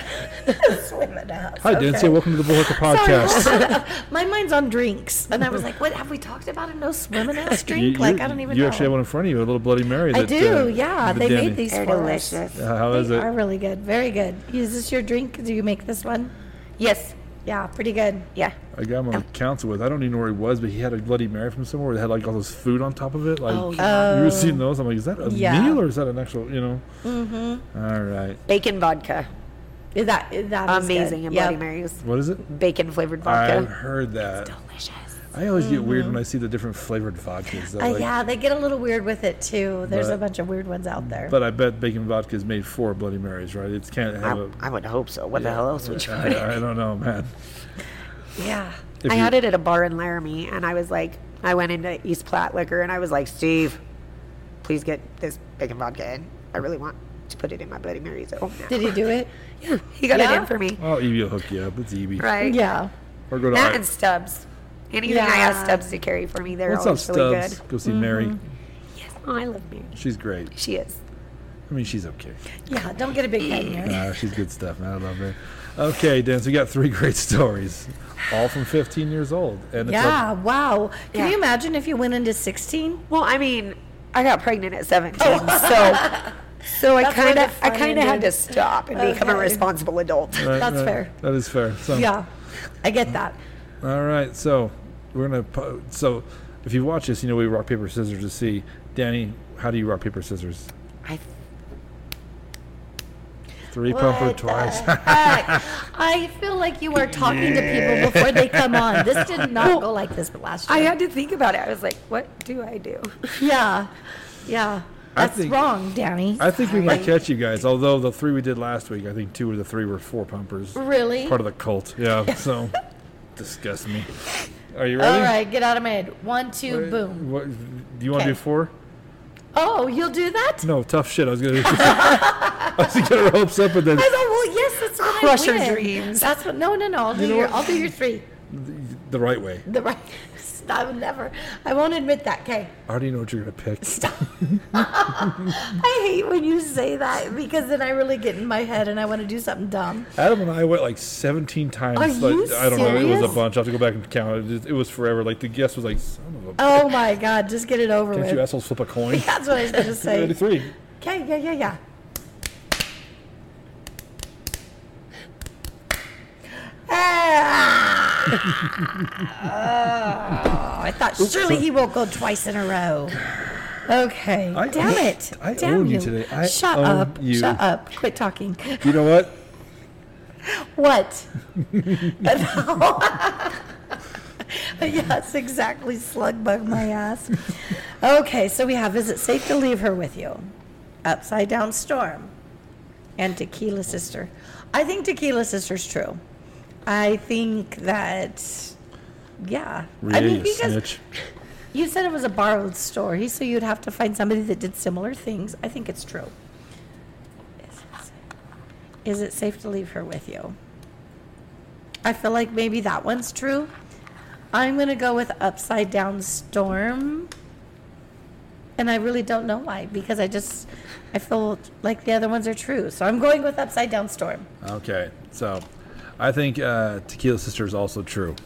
Speaker 2: swimming up.
Speaker 1: Hi, Dancy. Welcome to the Bull Hooker Podcast.
Speaker 2: My mind's on drinks, and I was like, "What have we talked about? A no swimming ass
Speaker 1: You-
Speaker 2: drink? like
Speaker 1: you-
Speaker 2: I don't even
Speaker 1: You
Speaker 2: know."
Speaker 1: actually have one in front of you, a little Bloody Mary.
Speaker 2: I
Speaker 1: that,
Speaker 2: do.
Speaker 1: uh,
Speaker 2: yeah,
Speaker 1: the
Speaker 2: they
Speaker 1: Danny-
Speaker 2: made these
Speaker 3: They're
Speaker 2: for us.
Speaker 3: delicious.
Speaker 1: Uh, how is
Speaker 2: they
Speaker 1: it?
Speaker 2: are really good. Very good. Is this your drink? Do you make this one?
Speaker 3: Yes.
Speaker 2: Yeah, pretty good.
Speaker 3: Yeah.
Speaker 1: I got him on council with. I don't even know where he was, but he had a Bloody Mary from somewhere that had like all this food on top of it. Like
Speaker 2: Oh,
Speaker 1: you were seeing those. I'm like, is that a
Speaker 2: Yeah.
Speaker 1: meal or is that an actual? You know. Mm-hmm. All right.
Speaker 3: Bacon vodka.
Speaker 2: Is that is that is good.
Speaker 3: Amazing in
Speaker 2: Yep.
Speaker 3: Bloody Marys.
Speaker 1: What is it?
Speaker 3: Bacon flavored
Speaker 1: I've
Speaker 3: vodka.
Speaker 1: heard that.
Speaker 3: Delicious.
Speaker 1: I always get weird when I see the different flavored vodkas. though,
Speaker 2: Uh,
Speaker 1: like-
Speaker 2: yeah, they get a little weird with it too. There's a
Speaker 1: But-
Speaker 2: bunch of weird ones out there.
Speaker 1: But I bet bacon vodka is made for Bloody Marys, right? It can't have a.
Speaker 3: I, I would hope so. What the hell else would you put in?
Speaker 1: I, I don't know, man.
Speaker 2: yeah.
Speaker 1: If
Speaker 3: I
Speaker 1: you-
Speaker 3: had it at a bar in Laramie, and I was like, I went into East Platte Liquor, and I was like, Steve, please get this bacon vodka in. I really want to put it in my Bloody Marys. Oh, no.
Speaker 2: Did he do it?
Speaker 3: yeah, he got it
Speaker 2: Yeah?
Speaker 3: in for me.
Speaker 1: Oh, Evie will hook you up. It's Evie.
Speaker 3: Right.
Speaker 2: Yeah.
Speaker 1: Or go to
Speaker 3: That
Speaker 1: I-
Speaker 3: and Stubbs. Anything I
Speaker 2: Yeah.
Speaker 3: ask Stubbs to carry for me, they're
Speaker 1: What's up,
Speaker 3: always really
Speaker 1: Stubbs? Go see Mary.
Speaker 3: good. Yes, oh, I love Mary.
Speaker 1: She's great.
Speaker 3: She is.
Speaker 1: I mean, she's okay.
Speaker 2: Yeah. Don't get a big head in here.
Speaker 1: Nah, she's good stuff, man. I love her. Okay, Dan, so you got three great stories, all from 15 years old. And
Speaker 2: Yeah. Wow. Can
Speaker 3: Yeah.
Speaker 2: you imagine if you went into 16?
Speaker 3: Well, I mean, I got pregnant at 17, so so I
Speaker 2: That's where
Speaker 3: kind of
Speaker 2: the
Speaker 3: I
Speaker 2: fun
Speaker 3: kind of had to
Speaker 2: ended.
Speaker 3: stop and become a
Speaker 2: Okay.
Speaker 3: responsible adult.
Speaker 1: It's a-
Speaker 2: that's fair.
Speaker 1: That is fair. So,
Speaker 2: Yeah. I get that.
Speaker 1: All right, so we're gonna. Po- so, if you watch this, you know we rock paper scissors to see. Danny, how do you rock paper scissors?
Speaker 3: I
Speaker 1: Three pump or
Speaker 2: What the
Speaker 1: twice.
Speaker 2: heck? I feel like you are talking to people before they come on. This did not go like this last
Speaker 3: I
Speaker 2: year.
Speaker 3: had to think about it. I was like, what do I do?
Speaker 2: yeah. Yeah.
Speaker 1: I
Speaker 2: That's
Speaker 1: think-
Speaker 2: wrong, Danny.
Speaker 1: I think we might catch you guys. Although the three we did last week, I think two of the three were four pumpers.
Speaker 2: really?
Speaker 1: Part of the cult. Yeah. So, disgust me. Are you ready?
Speaker 2: All right, get out of my head. One, two,
Speaker 1: Wait,
Speaker 2: boom.
Speaker 1: What, do you want to do
Speaker 2: Okay.
Speaker 1: four?
Speaker 2: Oh, you'll do that?
Speaker 1: No, tough shit. I was gonna. I was gonna get her hopes up, and then
Speaker 2: I thought, well, yes, that's what
Speaker 3: Crush
Speaker 2: I
Speaker 3: your
Speaker 2: win.
Speaker 3: dreams.
Speaker 2: That's what. No, no, no. I'll do
Speaker 1: know
Speaker 2: your.
Speaker 1: what?
Speaker 2: I'll do your three.
Speaker 1: the right way.
Speaker 2: The right. I would never. I won't admit that. Okay.
Speaker 1: I already know what you're gonna pick.
Speaker 2: I hate when you say that because then I really get in my head and I want to do something dumb.
Speaker 1: Adam and I went like 17 times.
Speaker 2: Are
Speaker 1: like,
Speaker 2: you
Speaker 1: I don't know. It was a
Speaker 2: serious?
Speaker 1: bunch. I have to go back and count. It, just- it was forever. Like the guess was like, son of a. bitch.
Speaker 2: Oh my God! Just get it over
Speaker 1: Can't
Speaker 2: with.
Speaker 1: you assholes flip a coin?
Speaker 2: That's what I was gonna say.
Speaker 1: 83.
Speaker 2: Okay. Yeah. Yeah. Yeah. Ah. oh, I thought surely he won't go twice in a row. Okay.
Speaker 1: I
Speaker 2: Damn
Speaker 1: own-
Speaker 2: it.
Speaker 1: I
Speaker 2: Damn
Speaker 1: own you today. I
Speaker 2: Shut
Speaker 1: own
Speaker 2: up.
Speaker 1: you.
Speaker 2: Shut up. Quit talking.
Speaker 1: You know what?
Speaker 2: What? yes, exactly. Slug bug my ass. Okay, so we have Is It Safe to Leave Her With You? Upside Down Storm. And Tequila Sister. I think Tequila Sister's true. I think that, yeah.
Speaker 1: Yeah,
Speaker 2: I mean,
Speaker 1: you
Speaker 2: because
Speaker 1: snitch.
Speaker 2: you said it was a borrowed story, so you'd have to find somebody that did similar things. I think it's true. Is it safe- Is it safe to leave her with you? I feel like maybe that one's true. I'm going to go with Upside Down Storm. And I really don't know why because I just I feel like the other ones are true. So I'm going with upside down storm.
Speaker 1: Okay, so I think uh, Tequila Sister is also true.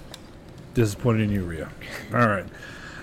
Speaker 1: Disappointed in you, Rhea. All right.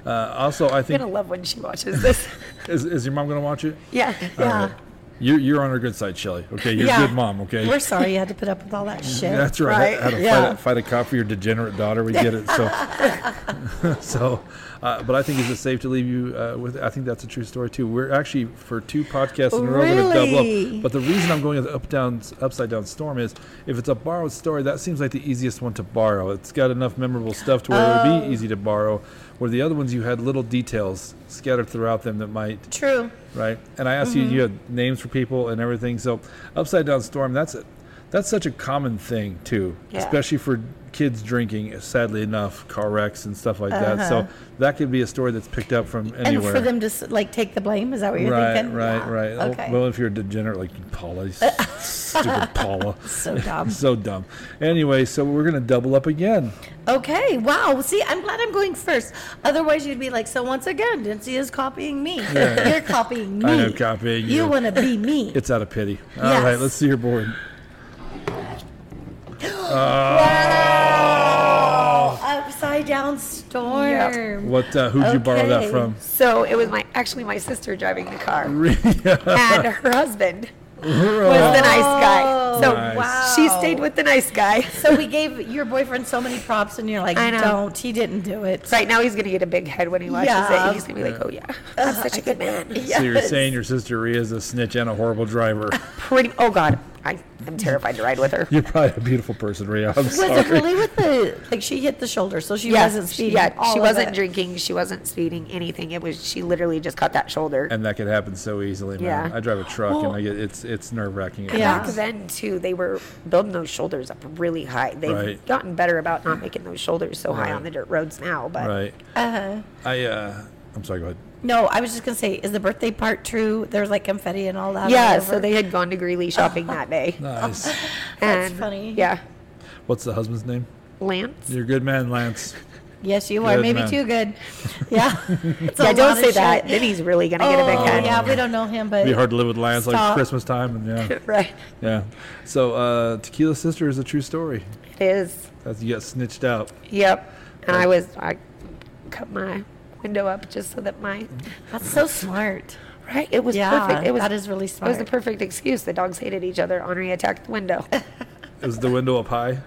Speaker 1: Uh, also, I
Speaker 3: I'm gonna
Speaker 1: think
Speaker 3: love when she watches this.
Speaker 1: is, is your mom gonna watch it?
Speaker 3: yeah.
Speaker 2: Yeah.
Speaker 1: All right. You, you're on her good side, Shelly. Okay, you're
Speaker 3: Yeah.
Speaker 1: a good mom. Okay,
Speaker 2: We're sorry you had to put up with all that shit.
Speaker 1: That's right.
Speaker 3: Right?
Speaker 1: How to
Speaker 2: Yeah.
Speaker 1: fight, a, fight a cop for your degenerate daughter. We get it. So, so, uh, but I think is it safe to leave you uh, with? I think that's a true story too. We're actually for two podcasts in a row going to double
Speaker 2: Really?
Speaker 1: up. But the reason I'm going with up down upside down storm is if it's a borrowed story, that seems like the easiest one to borrow. It's got enough memorable stuff to where it
Speaker 2: Oh.
Speaker 1: would be easy to borrow. Where the other ones you had little details scattered throughout them that might
Speaker 2: True.
Speaker 1: right? And I asked you, you
Speaker 2: Mm-hmm.
Speaker 1: had names for people and everything. So upside down storm, that's it. That's such a common thing too,
Speaker 3: Yeah.
Speaker 1: especially for kids drinking. Sadly enough, car wrecks and stuff like that. So that could be a story that's picked up from
Speaker 2: Uh-huh. And
Speaker 1: anywhere.
Speaker 2: for them to s- like take the blame, is that what you're
Speaker 1: right,
Speaker 2: thinking?
Speaker 1: right,
Speaker 2: Yeah.
Speaker 1: right. Oh,
Speaker 2: Okay.
Speaker 1: Well, if you're a degenerate like Paula, you stupid Paula,
Speaker 2: so dumb.
Speaker 1: so dumb. Anyway, so we're gonna double up again.
Speaker 2: Okay. Wow. See, I'm glad I'm going first. Otherwise, you'd be like, so once again, Nancy is copying me. You're copying me.
Speaker 1: I am copying
Speaker 2: You
Speaker 1: you.
Speaker 2: want to be me.
Speaker 1: It's out of pity. All
Speaker 2: Yes.
Speaker 1: right, let's see your board.
Speaker 2: wow. Upside down storm.
Speaker 1: What? Uh, who'd you borrow that
Speaker 2: Okay.
Speaker 1: from?
Speaker 3: So it was my actually my sister driving the car, and her husband
Speaker 1: Oh,
Speaker 3: was the nice guy.
Speaker 2: Oh,
Speaker 3: So
Speaker 1: Nice.
Speaker 2: wow.
Speaker 3: she stayed with the nice guy.
Speaker 2: So we gave your boyfriend so many props, and you're like,
Speaker 3: I know.
Speaker 2: don't. He didn't do it.
Speaker 3: Right now he's gonna get a big head when he watches
Speaker 2: Yeah.
Speaker 3: it. He's gonna be like, "Oh yeah, I'm such a good man."
Speaker 1: So you're
Speaker 2: Yes.
Speaker 1: saying your sister Rhea is a snitch and a horrible driver.
Speaker 3: Pretty. Oh God, I am terrified to ride with her.
Speaker 1: You're probably a beautiful person, Rhea. I'm
Speaker 2: Was it
Speaker 1: sorry.
Speaker 2: really with the like? She hit the shoulder, so she wasn't
Speaker 3: she,
Speaker 2: speeding.
Speaker 3: yeah,
Speaker 2: all
Speaker 3: she
Speaker 2: of
Speaker 3: wasn't
Speaker 2: it.
Speaker 3: drinking. She wasn't speeding anything. It was she literally just caught that shoulder.
Speaker 1: And that could happen so easily, man.
Speaker 3: Yeah.
Speaker 1: I drive a truck
Speaker 3: Well-
Speaker 1: and I get it's it's nerve wracking.
Speaker 2: Yeah.
Speaker 3: Back then too, they were building those shoulders up really high. They've
Speaker 1: Right.
Speaker 3: gotten better about not making those shoulders so high
Speaker 1: Right.
Speaker 3: on the dirt roads now. But
Speaker 1: Right. Uh-huh. I uh I'm sorry, go ahead.
Speaker 2: No, I was just gonna say, is the birthday part true? There's like confetti and all that. all
Speaker 3: yeah,
Speaker 2: over.
Speaker 3: so they had gone to Greeley shopping that day.
Speaker 1: Nice.
Speaker 2: Oh. That's
Speaker 3: And,
Speaker 2: funny.
Speaker 3: Yeah,
Speaker 1: What's the husband's name?
Speaker 3: Lance.
Speaker 1: You're a good man, Lance.
Speaker 2: Yes, you are.
Speaker 1: Good
Speaker 2: Maybe
Speaker 1: man.
Speaker 2: too good. Yeah. It's a
Speaker 3: Yeah,
Speaker 2: lot
Speaker 3: don't
Speaker 2: of
Speaker 3: say that.
Speaker 2: shit.
Speaker 3: Then he's really gonna get a big
Speaker 2: Oh,
Speaker 3: head.
Speaker 2: yeah, we don't know him,
Speaker 1: It'd
Speaker 2: but
Speaker 1: be hard to live with Lance like
Speaker 2: Stop.
Speaker 1: Christmas time and yeah.
Speaker 3: Right.
Speaker 1: Yeah. So uh Tequila Sister is a true story.
Speaker 3: It is.
Speaker 1: That's you got snitched out.
Speaker 3: Yep. And I was I cut my window up just so that my
Speaker 2: that's so smart.
Speaker 3: right. It was
Speaker 2: Yeah,
Speaker 3: perfect. It was
Speaker 2: that is really
Speaker 3: It was the
Speaker 2: smart.
Speaker 3: perfect excuse. The dogs hated each other. Henri attacked the window.
Speaker 1: It was the window up high.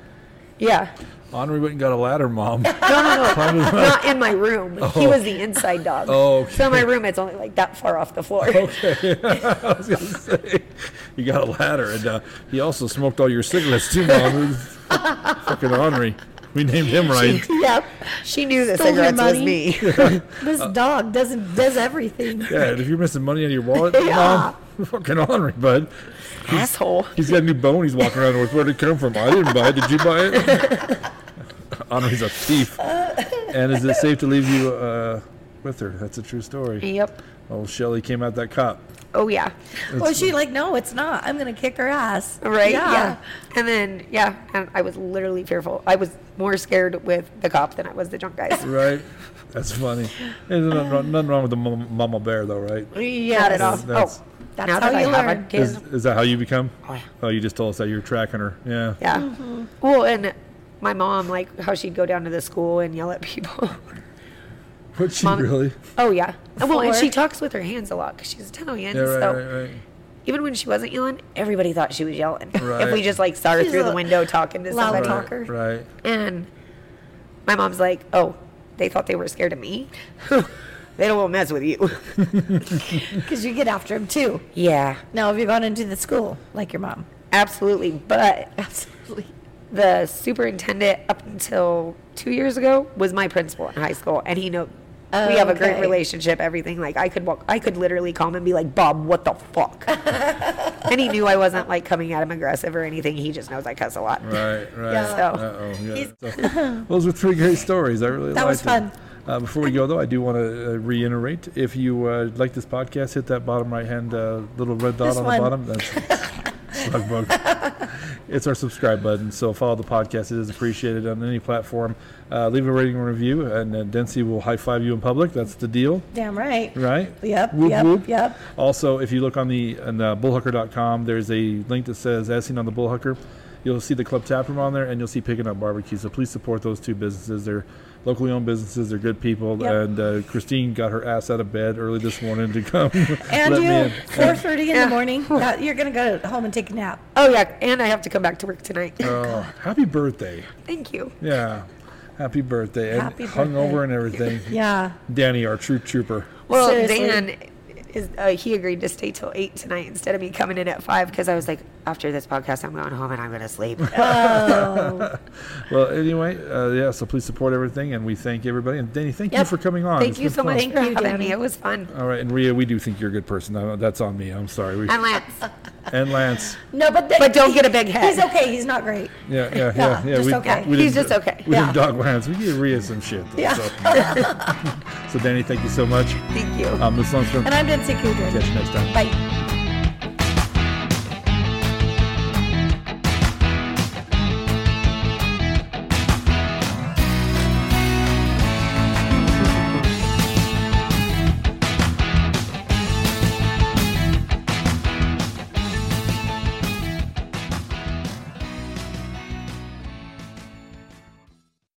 Speaker 3: yeah.
Speaker 1: Henri went and got a ladder, mom.
Speaker 3: No, no, no. Not in my room. He was the inside dog.
Speaker 1: Oh, okay. Oh.
Speaker 3: So my roommate's only like that far off the floor.
Speaker 1: I was gonna say, you got a ladder, and uh, he also smoked all your cigarettes too, Mom. Fucking Henry, we named him right.
Speaker 3: yep. She knew the
Speaker 2: Stole your
Speaker 3: cigarettes was
Speaker 2: money.
Speaker 3: me.
Speaker 2: This dog doesn't does everything.
Speaker 1: Uh, Yeah, and if you're missing money out of your wallet, Mom, fucking Henry, bud.
Speaker 3: Asshole.
Speaker 1: He's got a new bone. He's walking around with. Where'd it come from? I didn't buy it. Did you buy it? Henry's a thief. And is it safe to leave you uh, with her? That's a true story.
Speaker 3: Yep.
Speaker 1: Oh, Shelly came out that cop.
Speaker 3: Oh yeah.
Speaker 2: well, she like, no, it's not. I'm gonna kick her ass.
Speaker 3: Right.
Speaker 2: Yeah.
Speaker 3: Yeah. And then yeah, and I was literally fearful. I was more scared with the cop than I was the drunk guys.
Speaker 1: Right. That's funny. There's nothing nothing wrong with the mama mama bear, though, right?
Speaker 3: Not at all.
Speaker 1: That's- that's-
Speaker 3: oh,
Speaker 2: That's
Speaker 3: now
Speaker 2: how
Speaker 3: that I
Speaker 2: you
Speaker 3: have
Speaker 2: learn.
Speaker 3: a
Speaker 1: Is,
Speaker 3: kid.
Speaker 1: is that how you become?
Speaker 3: Oh, yeah.
Speaker 1: Oh, you just told us that you're tracking her. Yeah.
Speaker 3: Yeah. Well, and my mom, like how she'd go down to the school and yell at people.
Speaker 1: Would she
Speaker 3: Mom-
Speaker 1: really?
Speaker 3: oh yeah. Well, and
Speaker 2: Four.
Speaker 3: she talks with her hands a lot because she's Italian.
Speaker 1: Yeah, right,
Speaker 3: so
Speaker 1: right, right.
Speaker 3: even when she wasn't yelling, everybody thought she was yelling.
Speaker 1: Right.
Speaker 3: if we just like saw her
Speaker 2: She's
Speaker 3: through
Speaker 2: a
Speaker 3: the window talking to
Speaker 2: loud
Speaker 3: somebody.
Speaker 2: talker.
Speaker 1: Right, right.
Speaker 3: And my mom's like, oh, they thought they were scared of me. they don't want to mess with you.
Speaker 2: Because you get after him too.
Speaker 3: yeah,
Speaker 2: Now, have you gone into the school like your mom?
Speaker 3: absolutely. But
Speaker 2: Absolutely.
Speaker 3: the superintendent up until two years ago was my principal in high school, and he know we have a great
Speaker 2: Okay.
Speaker 3: relationship. Everything like I could walk, I could literally call him and be like, Bob, what the fuck? and he knew I wasn't like coming at him aggressive or anything. He just knows I cuss a lot.
Speaker 1: Right, right.
Speaker 2: Yeah.
Speaker 3: So-
Speaker 1: Uh-oh, yeah. So, those were three great stories. I really
Speaker 2: That
Speaker 1: liked
Speaker 2: was
Speaker 1: them.
Speaker 2: fun.
Speaker 1: Uh, before we go, though, I do want to uh, reiterate: if you uh, like this podcast, hit that bottom right-hand uh, little red dot
Speaker 2: This
Speaker 1: on
Speaker 2: one.
Speaker 1: the bottom. That's slug bug. it's our subscribe button. So follow the podcast; it is appreciated on any platform. Uh, leave a rating and review, and uh, Dempsey will high five you in public. That's the deal,
Speaker 2: Damn right.
Speaker 1: right?
Speaker 2: Yep,
Speaker 1: Whoop,
Speaker 2: yep,
Speaker 1: whoop.
Speaker 2: yep.
Speaker 1: Also, if you look on the on the bullhooker.com, there's a link that says "As Seen on the Bullhooker." You'll see the club tap room on there, and you'll see picking up barbecue. So please support those two businesses. They're locally owned businesses. They're good people.
Speaker 2: Yep.
Speaker 1: And uh, Christine got her ass out of bed early this morning to come.
Speaker 2: And
Speaker 1: let me in.
Speaker 2: you, four thirty in
Speaker 3: Yeah.
Speaker 2: the morning. that- you're gonna go home and take a nap.
Speaker 3: Oh yeah, and I have to come back to work tonight.
Speaker 1: Oh, happy birthday!
Speaker 3: Thank you.
Speaker 1: Yeah, happy birthday! And
Speaker 2: Happy
Speaker 1: hungover
Speaker 2: birthday.
Speaker 1: and everything.
Speaker 2: Yeah.
Speaker 1: Danny, our true trooper.
Speaker 3: Well,
Speaker 2: Seriously.
Speaker 3: Dan is uh, he agreed to stay till eight tonight instead of me coming in at five because I was like, after this podcast, I'm going home and I'm going to sleep.
Speaker 2: Oh,
Speaker 1: Well, anyway, uh, yeah. So please support everything, and we thank everybody. And Danny, thank you
Speaker 2: Yep.
Speaker 1: for coming on.
Speaker 3: Thank
Speaker 1: It's
Speaker 3: you
Speaker 1: been
Speaker 3: so
Speaker 1: fun.
Speaker 3: much
Speaker 2: Thank
Speaker 3: for
Speaker 2: you,
Speaker 3: having
Speaker 2: Danny.
Speaker 3: me. It was fun.
Speaker 1: All right, and Ria, we do think you're a good person. I don't- That's on me. I'm sorry. We,
Speaker 3: And Lance,
Speaker 1: and Lance.
Speaker 2: no, but the,
Speaker 3: But don't get a big head.
Speaker 2: He's okay. He's not great.
Speaker 1: Yeah, yeah, yeah, yeah.
Speaker 2: Yeah, just
Speaker 1: we,
Speaker 2: okay.
Speaker 1: we
Speaker 3: He's
Speaker 1: didn't-
Speaker 3: just okay.
Speaker 1: We
Speaker 2: Yeah.
Speaker 1: didn't dog Lance. We gave Ria some shit. Though,
Speaker 2: Yeah.
Speaker 1: So. so, Danny, thank you so much. Um,
Speaker 3: thank you.
Speaker 1: I'm Miss Lundstrom.
Speaker 2: And I'm Dempsey Kudrin.
Speaker 1: Catch you next time.
Speaker 2: Bye.